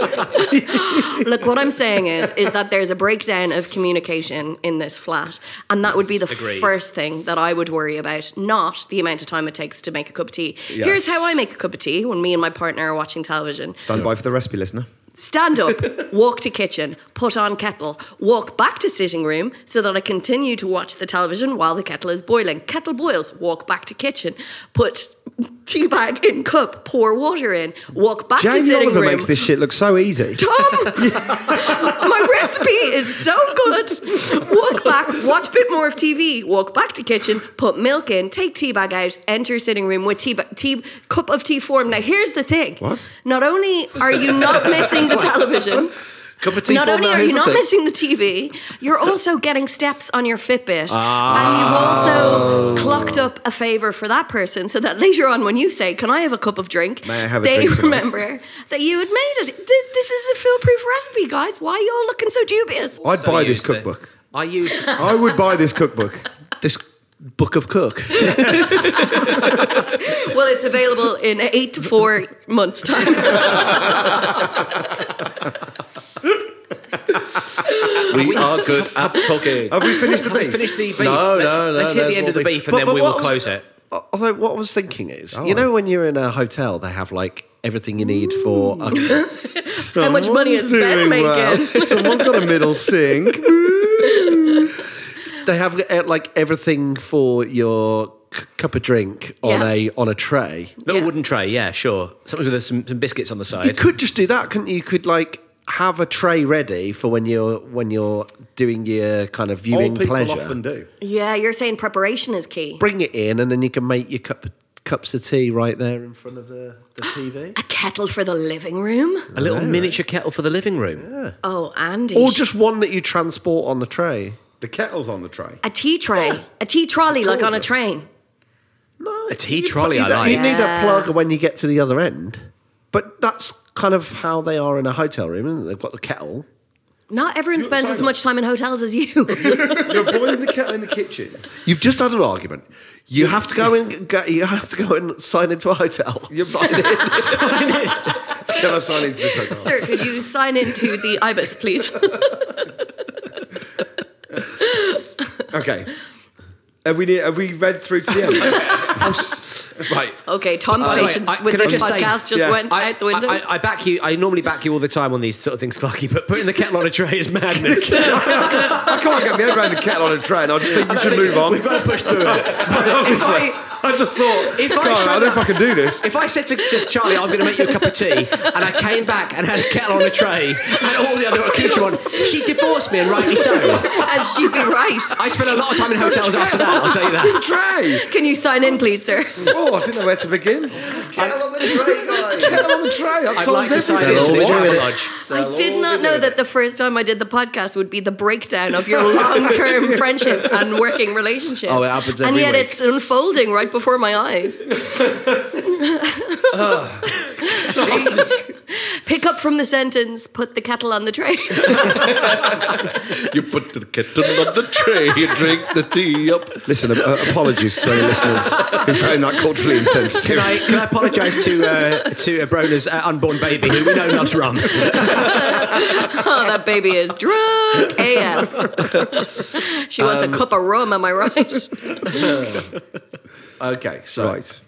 Look, what I'm saying is, is that there's a breakdown of communication in this flat, and that would be the Agreed. first thing that I would worry about, not the amount of time it takes to make a cup of tea. Here's how I make a cup of tea when me and my partner are watching television. Stand by for the recipe, listener. Stand up, walk to kitchen, put on kettle, walk back to sitting room so that I continue to watch the television while the kettle is boiling. Kettle boils, walk back to kitchen, put tea bag in cup, pour water in, walk back to Jamie sitting Oliver room. makes this shit look so easy. Tom, my recipe is so good. Walk back, watch a bit more of TV, walk back to kitchen, put milk in, take tea bag out, enter sitting room with tea, ba- tea cup of tea form. Now here's the thing. What? Not only are you not missing the television, Cup of tea not for only now, are you isn't not it? missing the TV, you're also getting steps on your Fitbit. Ah. And you've also clocked up a favor for that person so that later on when you say, Can I have a cup of drink? May I have a they drink tonight? remember that you had made it. Th- This is a foolproof recipe, guys. Why are you all looking so dubious? I'd buy this Used it. cookbook. I use. I would buy this cookbook. This book of cook. Well, it's available in eight to four months' time. we are good at talking. Have we finished the beef? Finish the beef. No, let's, no, no, Let's hit there's the end of the more beef. beef and But- then but we will what was- close it. Oh. Although what I was thinking is, you know, when you're in a hotel, they have like everything you need for. A, How much money is Ben Doing making? well. Someone's got a middle sink. they have uh, like everything for your c- cup of drink on Yeah. a on a tray. Little Yeah. wooden tray, yeah, sure. Something with some, some biscuits on the You side. could just do that, couldn't you? You could like have a tray ready for when you're when you're doing your kind of viewing Old people pleasure. often do. Yeah, you're saying preparation is key. Bring it in, and then you can make your cup cups of tea right there in front of the, the TV, A kettle for the living room? A little miniature kettle for the living room. Oh, Andy. or just one that you transport on the tray. The kettle's on the tray. a tea tray, a tea trolley like on a train. No, A tea you trolley, put- I you- like. You need a plug when you get to the other end, but that's kind of how they are in a hotel room, isn't it? They've got the kettle. Not everyone spends as much time in hotels as you. You're boiling the kettle in the kitchen. You've just had an argument. You have to go and go, you have to go and sign into a hotel. You're signing in. Can I sign into this hotel? Sir, could you sign into the IBIS, please? Okay. Have we, have we read through to the end? right. okay, Tom's By the way, patience I- with can I this just say- podcast just yeah, went I, out the window. I, I, I back you. I normally back you all the time on these sort of things, Clarky. But putting the kettle on a tray is madness. I can't get my head around the kettle on a tray. and I just think we should move on. We've got to push through it. But if I, I just thought, If I God, I, showed don't know if I that- can do this. if I said to, to Charlie, "I'm going to make you a cup of tea," and I came back and had a kettle on a tray and all the other accoutrement, she divorced me, and rightly so. and she'd be right. I spent a lot of time in hotels after that. I'll tell you that. Tray! Can you sign in, please, sir? Oh, I didn't know where to begin. Kettle on the tray, guys. Kettle on the tray. That I'd solves like to sign everything. into this What? travel lodge. I did not know that the first time I did the podcast would be the breakdown of your long-term friendship and working relationship. Oh, it happens And every yet week. it's unfolding right before my eyes. Pick pick up from the sentence, put the kettle on the tray. you put the kettle on the tray, you drink the tea up. Listen, uh, apologies to any listeners who found that culturally insensitive. Can I, can I apologise to uh, to uh, Brona's uh, unborn baby, who we know loves rum? oh, that baby is drunk AF. she wants Um, a cup of rum, am I right? Okay, so Right.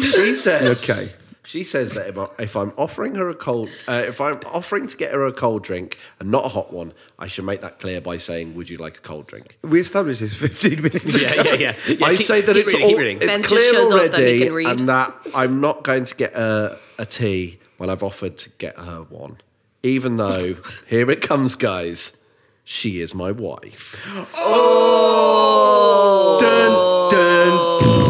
she says Okay. She says that if, I, if I'm offering her a cold, uh, if I'm offering to get her a cold drink and not a hot one, I should make that clear by saying, "Would you like a cold drink?" We established this 15 minutes ago. yeah, yeah, yeah. yeah I keep- say that keep it's reading, keep all, reading. it's Ben just clear shows off that he already, can read. and that I'm not going to get a, a tea when I've offered to get her one, even though here it comes, guys. She is my wife. Oh.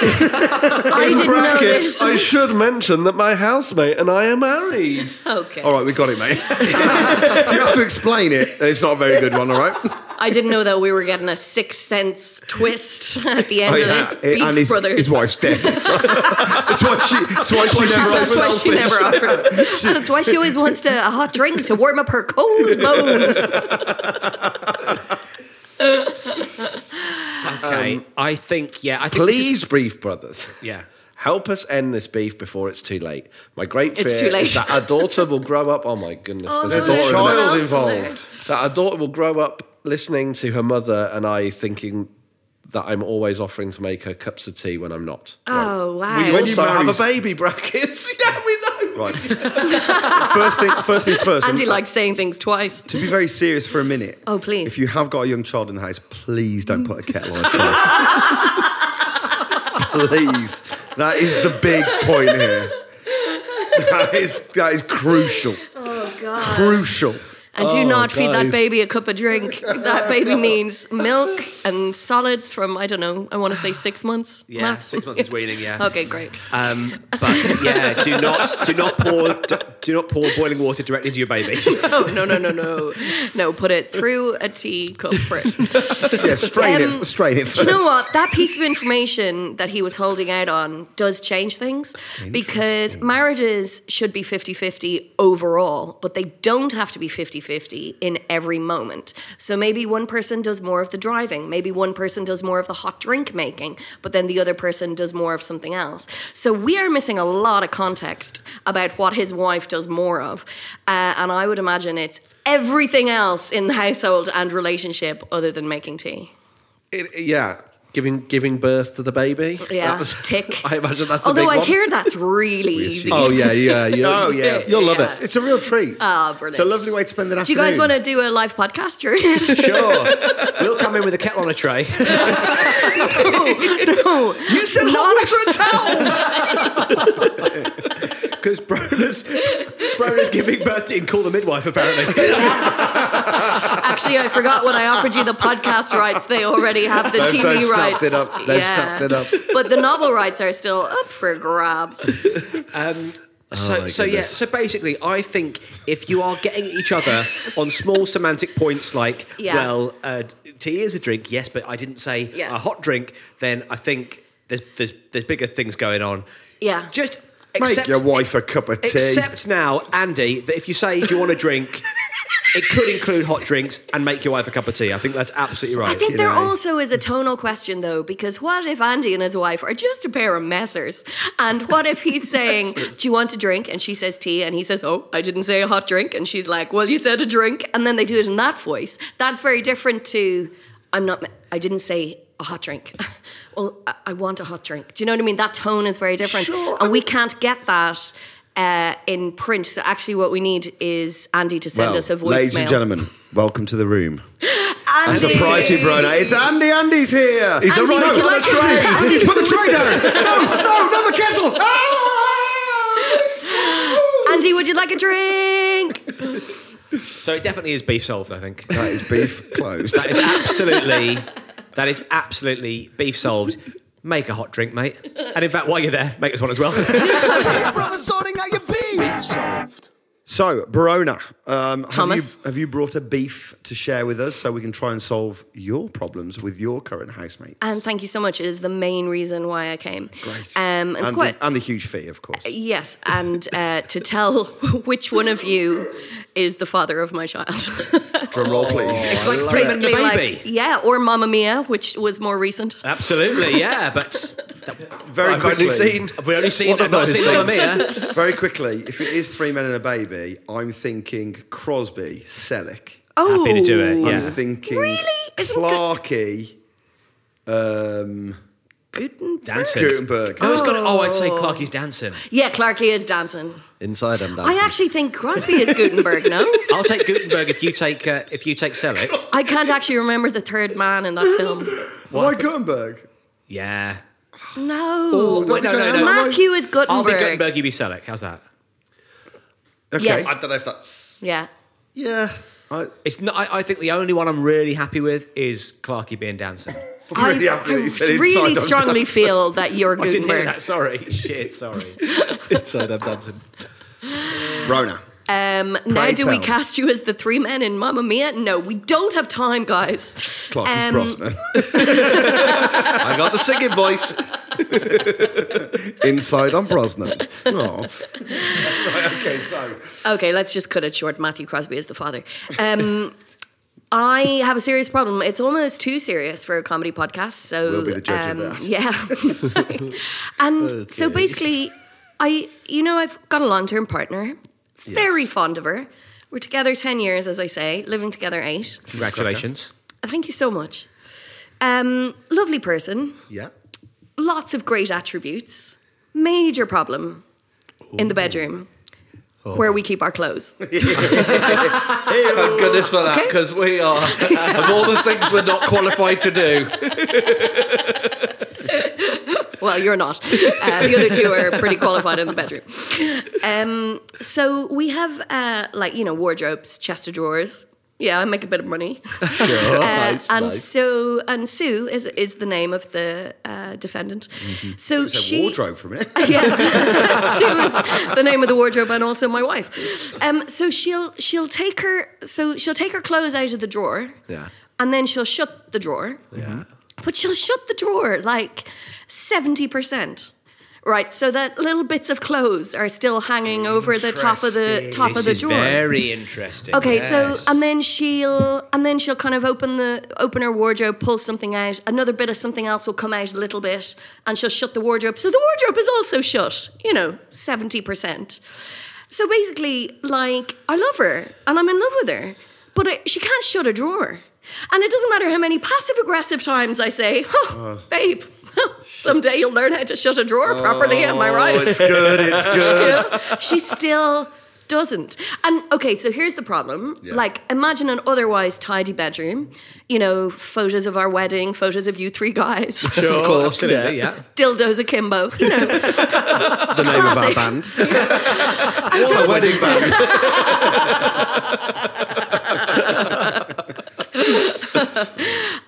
I didn't know Brackets, this. I should mention that my housemate and I are married. Okay. All right, we got it, mate. you have to explain it. It's not a very good one, all right? I didn't know that we were getting a sixth sense twist at the Oh, end of this. Beef and his, Brothers. his wife's dead. That's why she, that's why she, That's never why offers she never offers. And that's why she always wants to, a hot drink to warm up her cold bones. Okay, I think yeah. I think this is- um, Please, Beef Brothers. Yeah. Help us end this beef before it's too late. My great fear It's too late. is that our daughter will grow up. Oh my goodness, Oh, there's no, a there's daughter. someone in else it. in involved. That our daughter will grow up listening to her mother and I thinking that I'm always offering to make her cups of tea when I'm not. Oh, wow. We also have marries- a baby brackets. yeah, we know. Right. first, thing, first things first. Andy and- likes saying things twice. To be very serious for a minute. Oh, please. If you have got a young child in the house, please don't put a kettle on a child. please. That is the big point here. That is that is crucial. Oh, God. Crucial. And do Oh, not feed guys. that baby a cup of drink. That baby needs milk and solids from, I don't know, I want to say six months. Yeah, math. six months is weaning, yeah. Okay, great. Um, but yeah, do not do not pour do, do not pour boiling water directly into your baby. No, Oh, no, no, no, no. No, put it through a tea cup first. Yeah, strain Um, it strain Do it first. you know what? That piece of information that he was holding out on does change things because marriages should be 50 50 overall, but they don't have to be 50 50 in every moment. So maybe one person does more of the driving, maybe one person does more of the hot drink making, but then the other person does more of something else. So we are missing a lot of context about what his wife does more of. Uh, and I would imagine it's everything else in the household and relationship other than making tea. It- yeah. Giving giving birth to the baby. Yeah, That was- tick. I imagine that's a Although big I one. hear that's really easy. Oh yeah, yeah, yeah. Oh yeah. You'll love Yeah. it. It's a real treat. Ah, brilliant. It's a lovely way to spend Do an you afternoon. guys want to do a live podcast during it? Sure, we'll come in with a kettle on a tray. You said hot water and towels. Because Brona's, Brona's giving birth and call the midwife, apparently. Actually, I forgot when I offered you the podcast rights. They already have the They've- TV they've snapped rights. it up. They've snapped it up. But the novel rights are still up for grabs. Oh So, so yeah, so basically, I think if you are getting at each other on small semantic points like, Yeah. well, uh, tea is a drink, yes, but I didn't say Yeah. a hot drink, then I think there's, there's, therere's bigger things going on. Yeah. Just make accept, your wife a cup of tea? Except now, Andy, that if you say, do you want a drink, it could include hot drinks and make your wife a cup of tea. I think that's absolutely right. I think there also is a tonal question though, because what if Andy and his wife are just a pair of messers? And what if he's saying, "Do you want a drink?" and she says tea, and he says, "Oh, I didn't say a hot drink," and she's like, "Well, you said a drink," and then they do it in that voice. That's very different to, "I'm not. ma- I didn't say." A hot drink. well, I, I want a hot drink. Do you know what I mean? That tone is very different, Sure, I and we mean- can't get that uh, in print. So actually, what we need is Andy to send Well, us a voicemail. ladies and gentlemen, welcome to the room. Andy! That's a priority, Brona. It's Andy. Andy's here. He's Andy, arrived would you on a like to- tray. Andy, put the tray down. No, no, not the kettle. Ah! Andy, would you like a drink? So it definitely is beef solved, I think. That is beef closed. That is absolutely that is absolutely beef solved. Make a hot drink, mate. And in fact, while you're there, make us one as well. From a sorting out your beef. So, So, Barona, um, Thomas? Have, you, have you brought a beef to share with us so we can try and solve your problems with your current housemates? And thank you so much. It is the main reason why I came. Great. Um, it's and, quite. the, and the huge fee, of course. Yes, and uh, to tell which one of you is the father of my child. Drum roll, please. It's like Framing the basically like- baby. yeah, or Mamma Mia, which was more recent. Absolutely, yeah, but Very I've only quickly. seen we've only seen What I've not about seen those Mamma Mia. Very quickly, if it is three men and a baby, I'm thinking Crosby, Selleck. Oh, Happy to do it. I'm Yeah. thinking Really? Isn't good- Clarkey, um, Gutenberg? Dancing. Gutenberg. Oh, he's got it. Oh, I'd say Clarky's dancing. Yeah, Clarky is dancing. inside and I actually think Crosby is Gutenberg. No, I'll take Gutenberg if you take uh, if you take Selleck. I can't actually remember the third man in that film. Why Gutenberg? Yeah. No, Wait, no, no, no. Matthew is Gutenberg. I'll be Gutenberg. You be Selleck. How's that? Okay. Yes. I don't know if that's Yeah, yeah. I, It's not. I, I think the only one I'm really happy with is Clarky being dancing. I'm really I, happy that you said I inside really I'm strongly dancing. feel that you're I didn't Gutenberg. hear that. Sorry. Shit. Sorry. inside and dancing. Rona. Um, now, Pray do we tell. cast you as the three men in Mamma Mia? No, we don't have time, guys. Clarky's Um, Brosnan. I got the singing voice. inside I'm Brosnan. Oh. Right, okay, so. Okay, let's just cut it short. Matthew Crosby is the father. Um, I have a serious problem. It's almost too serious for a comedy podcast. So um, We'll be the judge of that. Oh, Yeah. and so basically, I you know I've got a long term partner, very fond of her. We're together ten years, as I say, living together eight. Congratulations. Thank you so much. Um, lovely person. Yeah. lots of great attributes. Major problem in the bedroom Oh. where we keep our clothes. Thank goodness for that, Okay. because we are of all the things we're not qualified to do. well, you're not. Uh, the other two are pretty qualified in the bedroom. Um, so we have uh, like you know wardrobes, chest of drawers. Yeah, I make a bit of money. Uh, and so and Sue is is the name of the uh, defendant. So Mm-hmm. It's a she wardrobe from it. yeah, she was the name of the wardrobe and also my wife. Um, so she'll she'll take her so she'll take her clothes out of the drawer. Yeah. And then she'll shut the drawer. Yeah. But she'll shut the drawer like seventy percent. Right, so that little bits of clothes are still hanging over the top of the top This of the is drawer. very interesting. Okay, Yes. so and then she'll and then she'll kind of open the open her wardrobe, pull something out, another bit of something else will come out a little bit, and she'll shut the wardrobe. So the wardrobe is also shut, you know, 70%. So basically, like, I love her and I'm in love with her, but I, she can't shut a drawer. And it doesn't matter how many passive aggressive times I say, oh, babe, someday you'll learn how to shut a drawer properly, am I right? good, it's good. you know? she still doesn't. And okay, so here's the problem. Like, imagine an otherwise tidy bedroom. You know, photos of our wedding, photos of you three guys, Sure, absolutely, yeah. dildos akimbo. You know, The name of our Classic. band. and so A wedding band.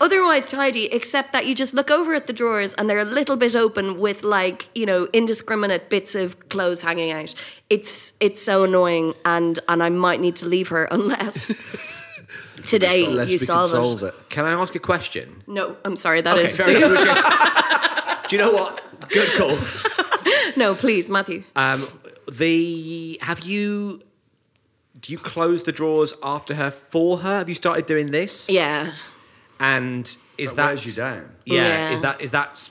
otherwise tidy, except that you just look over at the drawers and they're a little bit open with like you know indiscriminate bits of clothes hanging out. It's it's so annoying, and and I might need to leave her unless. Today Unless you we can solve, solve it. it. Can I ask a question? No, I'm sorry. That is fair enough. Do you know what? Good call. no. Please, Matthew. Um, the have you? Do you close the drawers after her for her? Have you started doing this? Yeah. And is That that wears you down. Yeah, Yeah. Is that is that?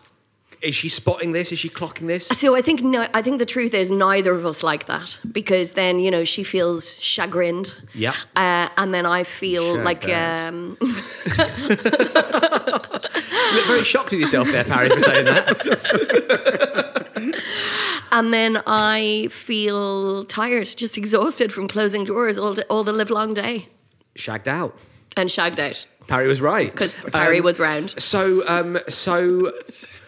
Is she spotting this? Is she clocking this? So I think no. I think the truth is neither of us like that because then you know she feels chagrined. Yeah. Uh, and then I feel like Chagrined. um, You look very shocked with yourself there, Parry, for saying that. and then I feel tired, just exhausted from closing drawers all day, all the live long day Shagged out. and shagged out Parry was right. because Harry Um, was round. So, um, so,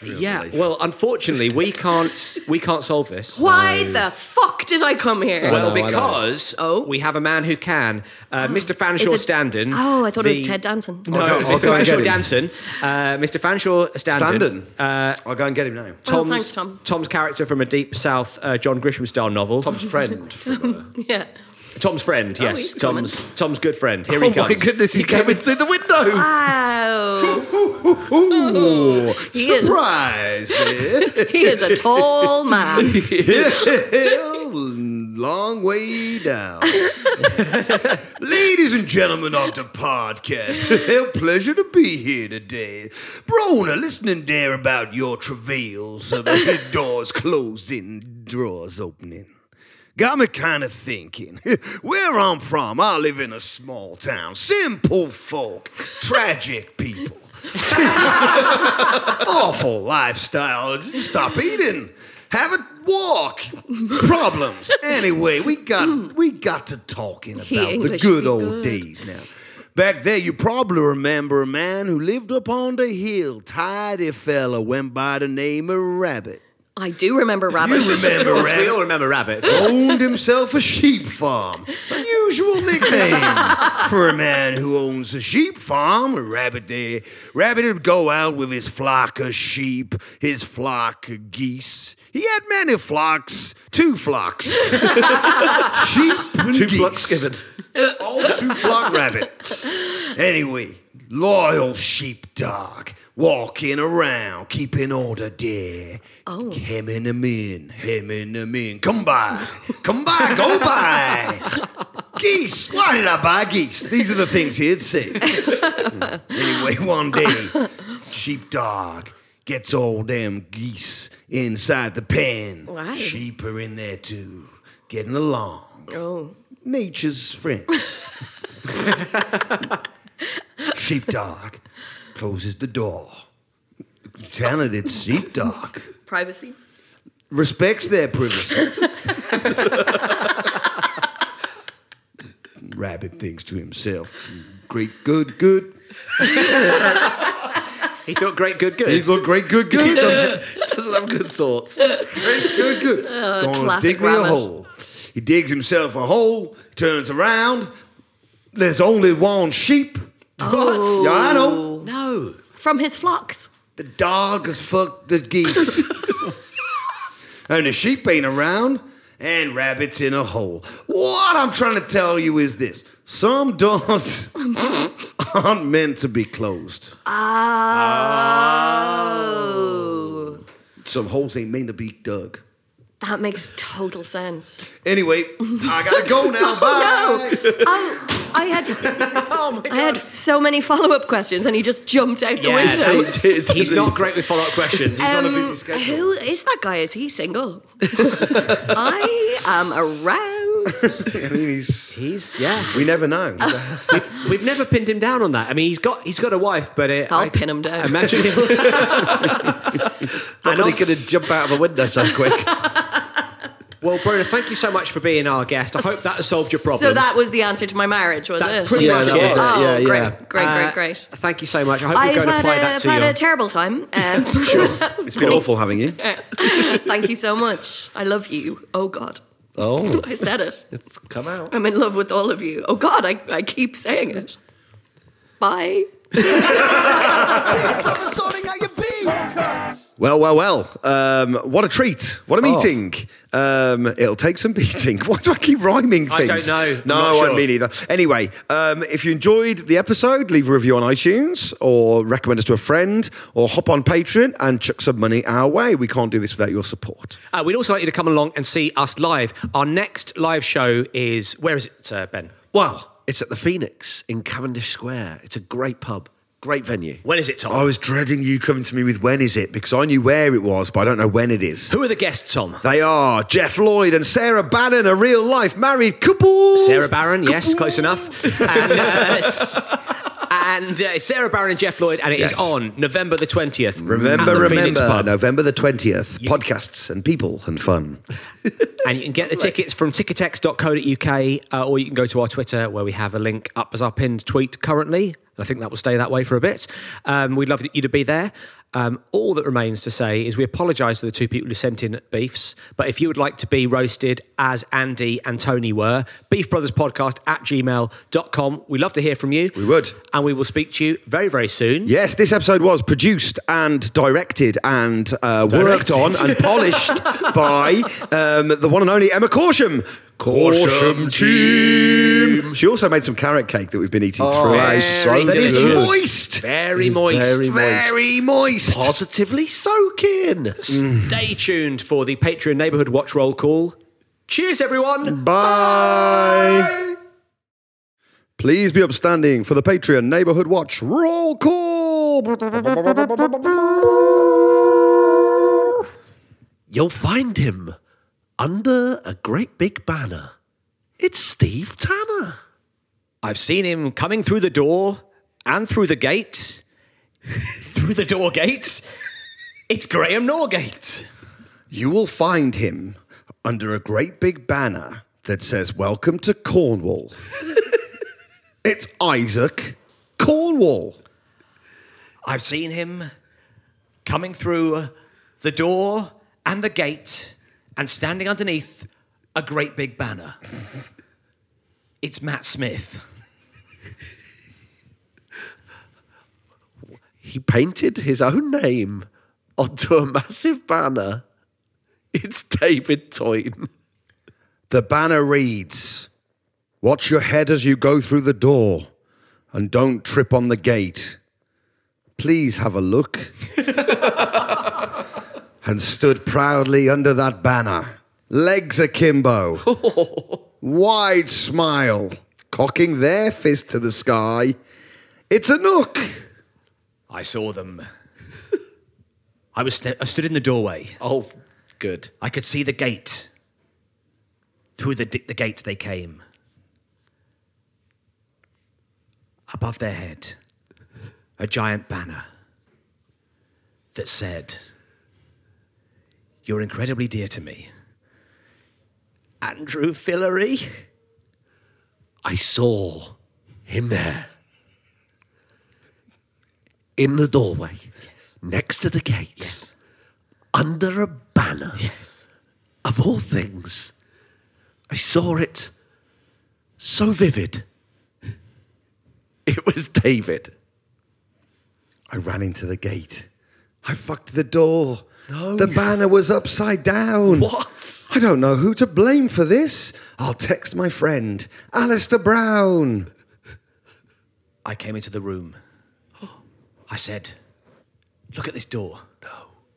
yeah. Well, unfortunately, we can't we can't solve this. Why the fuck did I come here? Well, know, I know. because Oh. we have a man who can, uh, Mr. Fanshawe it- Standon. oh, I thought it the- was Ted Danson. No, I'll go- I'll Mr. go and Fanshawe get him. Danson. Uh, Mr. Fanshawe Standon. Standing. I'll go and get him now. Well, Tom's, Oh, thanks, Tom. Tom's character from a Deep South uh, John Grisham style novel. Tom's friend. From, uh, Yeah. Tom's friend, yes. Oh, he's coming. Tom's Tom's good friend. Here oh he comes. my goodness, he came in through the window. Wow. Ooh, He is. surprise! dear. He is a tall man. Long way down. Ladies and gentlemen of the podcast, a pleasure to be here today. Brona, listening there about your travails of the doors closing, drawers opening. Got me kind of thinking. Where I'm from, I live in a small town. Simple folk, tragic people. Awful lifestyle. Stop eating. Have a walk. Problems. Anyway, we got we got to talking about He the English good be old good. days now. Back there, you probably remember a man who lived up on the hill. Tidy fella went by the name of Rabbit. I do remember You rabbits. remember Of course, we Rabbit? all remember Rabbit. owned himself a sheep farm. Unusual nickname for a man who owns a sheep farm. A rabbit there. Rabbit would go out with his flock of sheep, his flock of geese. He had many flocks, two flocks. sheep and Two geese. flocks given. All two flock rabbit. Anyway, loyal sheepdog. Walking around, keeping order, dear. Oh. Hemming them in, hemming them in. Come by, come by, go by. Geese, why did I buy geese? These are the things he'd say. Hmm. anyway, one day, sheepdog gets all them geese inside the pen. Wow. Sheep are in there too, getting along Oh. nature's friends. sheepdog closes the door. Talented sheepdog Privacy. respects their privacy. Rabbit thinks to himself, great, good, good. He thought great, good, good. He's look great, good, good. Doesn't, Doesn't have good thoughts. great, good, good. Gonna classic dig me a rabbit. hole. He digs himself a hole, turns around. There's only one sheep. What? Yeah, I know. no. From his flocks. The dog has fucked the geese. and the sheep ain't around, and rabbits in a hole. What I'm trying to tell you is this some doors aren't meant to be closed. Oh. Some holes ain't meant to be dug. That makes total sense. Anyway, I gotta go now. Bye. Oh, I had, Oh I had so many follow up questions, and he just jumped out the Yeah, window. that's- he's not great with follow-up questions. on a busy Um, schedule. who is that guy? Is he single? I am aroused. I mean, he's, he's yeah. we never know. We've, we've never pinned him down on that. I mean, he's got he's got a wife, but uh, I'll I- pin him down. Imagine him. Nobody could have jump out of a window so quick. well, Bruno, thank you so much for being our guest. I hope that has solved your problem. So that was the answer to my marriage, was That's it? pretty Yeah, much that it. was it. Oh, Yeah, great, yeah. great, Uh, great, great. Thank you so much. I hope I've you're going to had, apply a, that to I've had a your. terrible time. Um, It's been awful having you. thank you so much. I love you. Oh God, Oh, I said it. it's come out. I'm in love with all of you. Oh God, I, I keep saying it. Bye. From sorting out your beef. Well, well, well. Um, what a treat. What a meeting. Um, it'll take some beating. Why do I keep rhyming I don't things? know. I'm No, not I sure. won't mean either. Anyway, um, if you enjoyed the episode, leave a review on iTunes or recommend us to a friend or hop on Patreon and chuck some money our way. We can't do this without your support. Uh, we'd also like you to come along and see us live. Our next live show is where is it, uh, Ben? Well, it's at the Phoenix in Cavendish Square. It's a great pub, great venue. When is it, Tom? I was dreading you coming to me with when is it because I knew where it was, but I don't know when it is. Who are the guests, Tom? They are Jeff Lloyd and Sarah Bannon, a real life married couple. Sarah Barron, yes, close enough. And, uh, s- and, uh, Sarah Barron and Jeff Lloyd, and it is Yes. on November the 20th. at Remember, the Phoenix remember, Pub. November the 20th, podcasts and people and fun. And you can get the tickets from ticketex.co.uk uh, or you can go to our Twitter where we have a link up as our pinned tweet currently. And I think that will stay that way for a bit. Um, we'd love you to be there. Um, all that remains to say is we apologise to the two people who sent in beefs. But if you would like to be roasted as Andy and Tony were, beefbrotherspodcast at gmail.com. We'd love to hear from you. We would. And we will speak to you very, very soon. Yes, this episode was produced and directed and uh, worked on Directed. and polished by um, the one and only Emma Corsham. Caution team. She also made some carrot cake that we've been eating throughout. so That is delicious. moist. Very It is moist. very moist. Very moist. Positively soaking. Stay tuned for the Patreon Neighbourhood Watch Roll Call. Cheers, everyone. Bye. Please be upstanding for the Patreon Neighborhood Watch Roll Call. You'll find him under a great big banner. It's Steve Tanner. I've seen him coming through the door and through the gate. through the door gate. It's Graham Norgate. You will find him under a great big banner that says, Welcome to Cornwall. it's Isaac Cornwall. I've seen him coming through the door and the gate and standing underneath a great big banner. It's Matt Smith. He painted his own name onto a massive banner. It's David Toyton. The banner reads Watch your head as you go through the door and don't trip on the gate. Please have a look. and stood proudly under that banner, legs akimbo, wide smile, cocking their fist to the sky. It's a nook. I saw them. I was st- I stood in the doorway. Oh, good. I could see the gate. Through the, di- the gate they came. Above their head, a giant banner that said, You're incredibly dear to me. Andrew Fillory? I saw him there in the doorway, next to the gate, under a banner. Of all things, I saw it so vivid. It was David. I ran into the gate. I fucked the door. the banner was upside down. What? I don't know who to blame for this. I'll text my friend, Alistair Brown. I came into the room. I said, Look at this door. No.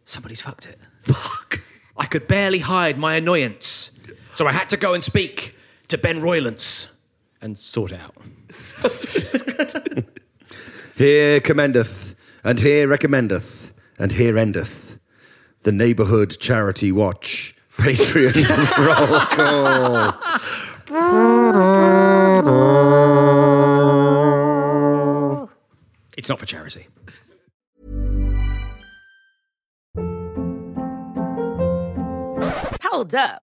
Somebody's fucked it. Fuck. I could barely hide my annoyance. So I had to go and speak to Ben Roylance and sort it out. Here commendeth, and here recommendeth, and here endeth the neighbourhood charity watch. Patreon roll call. It's not for charity. Hold up.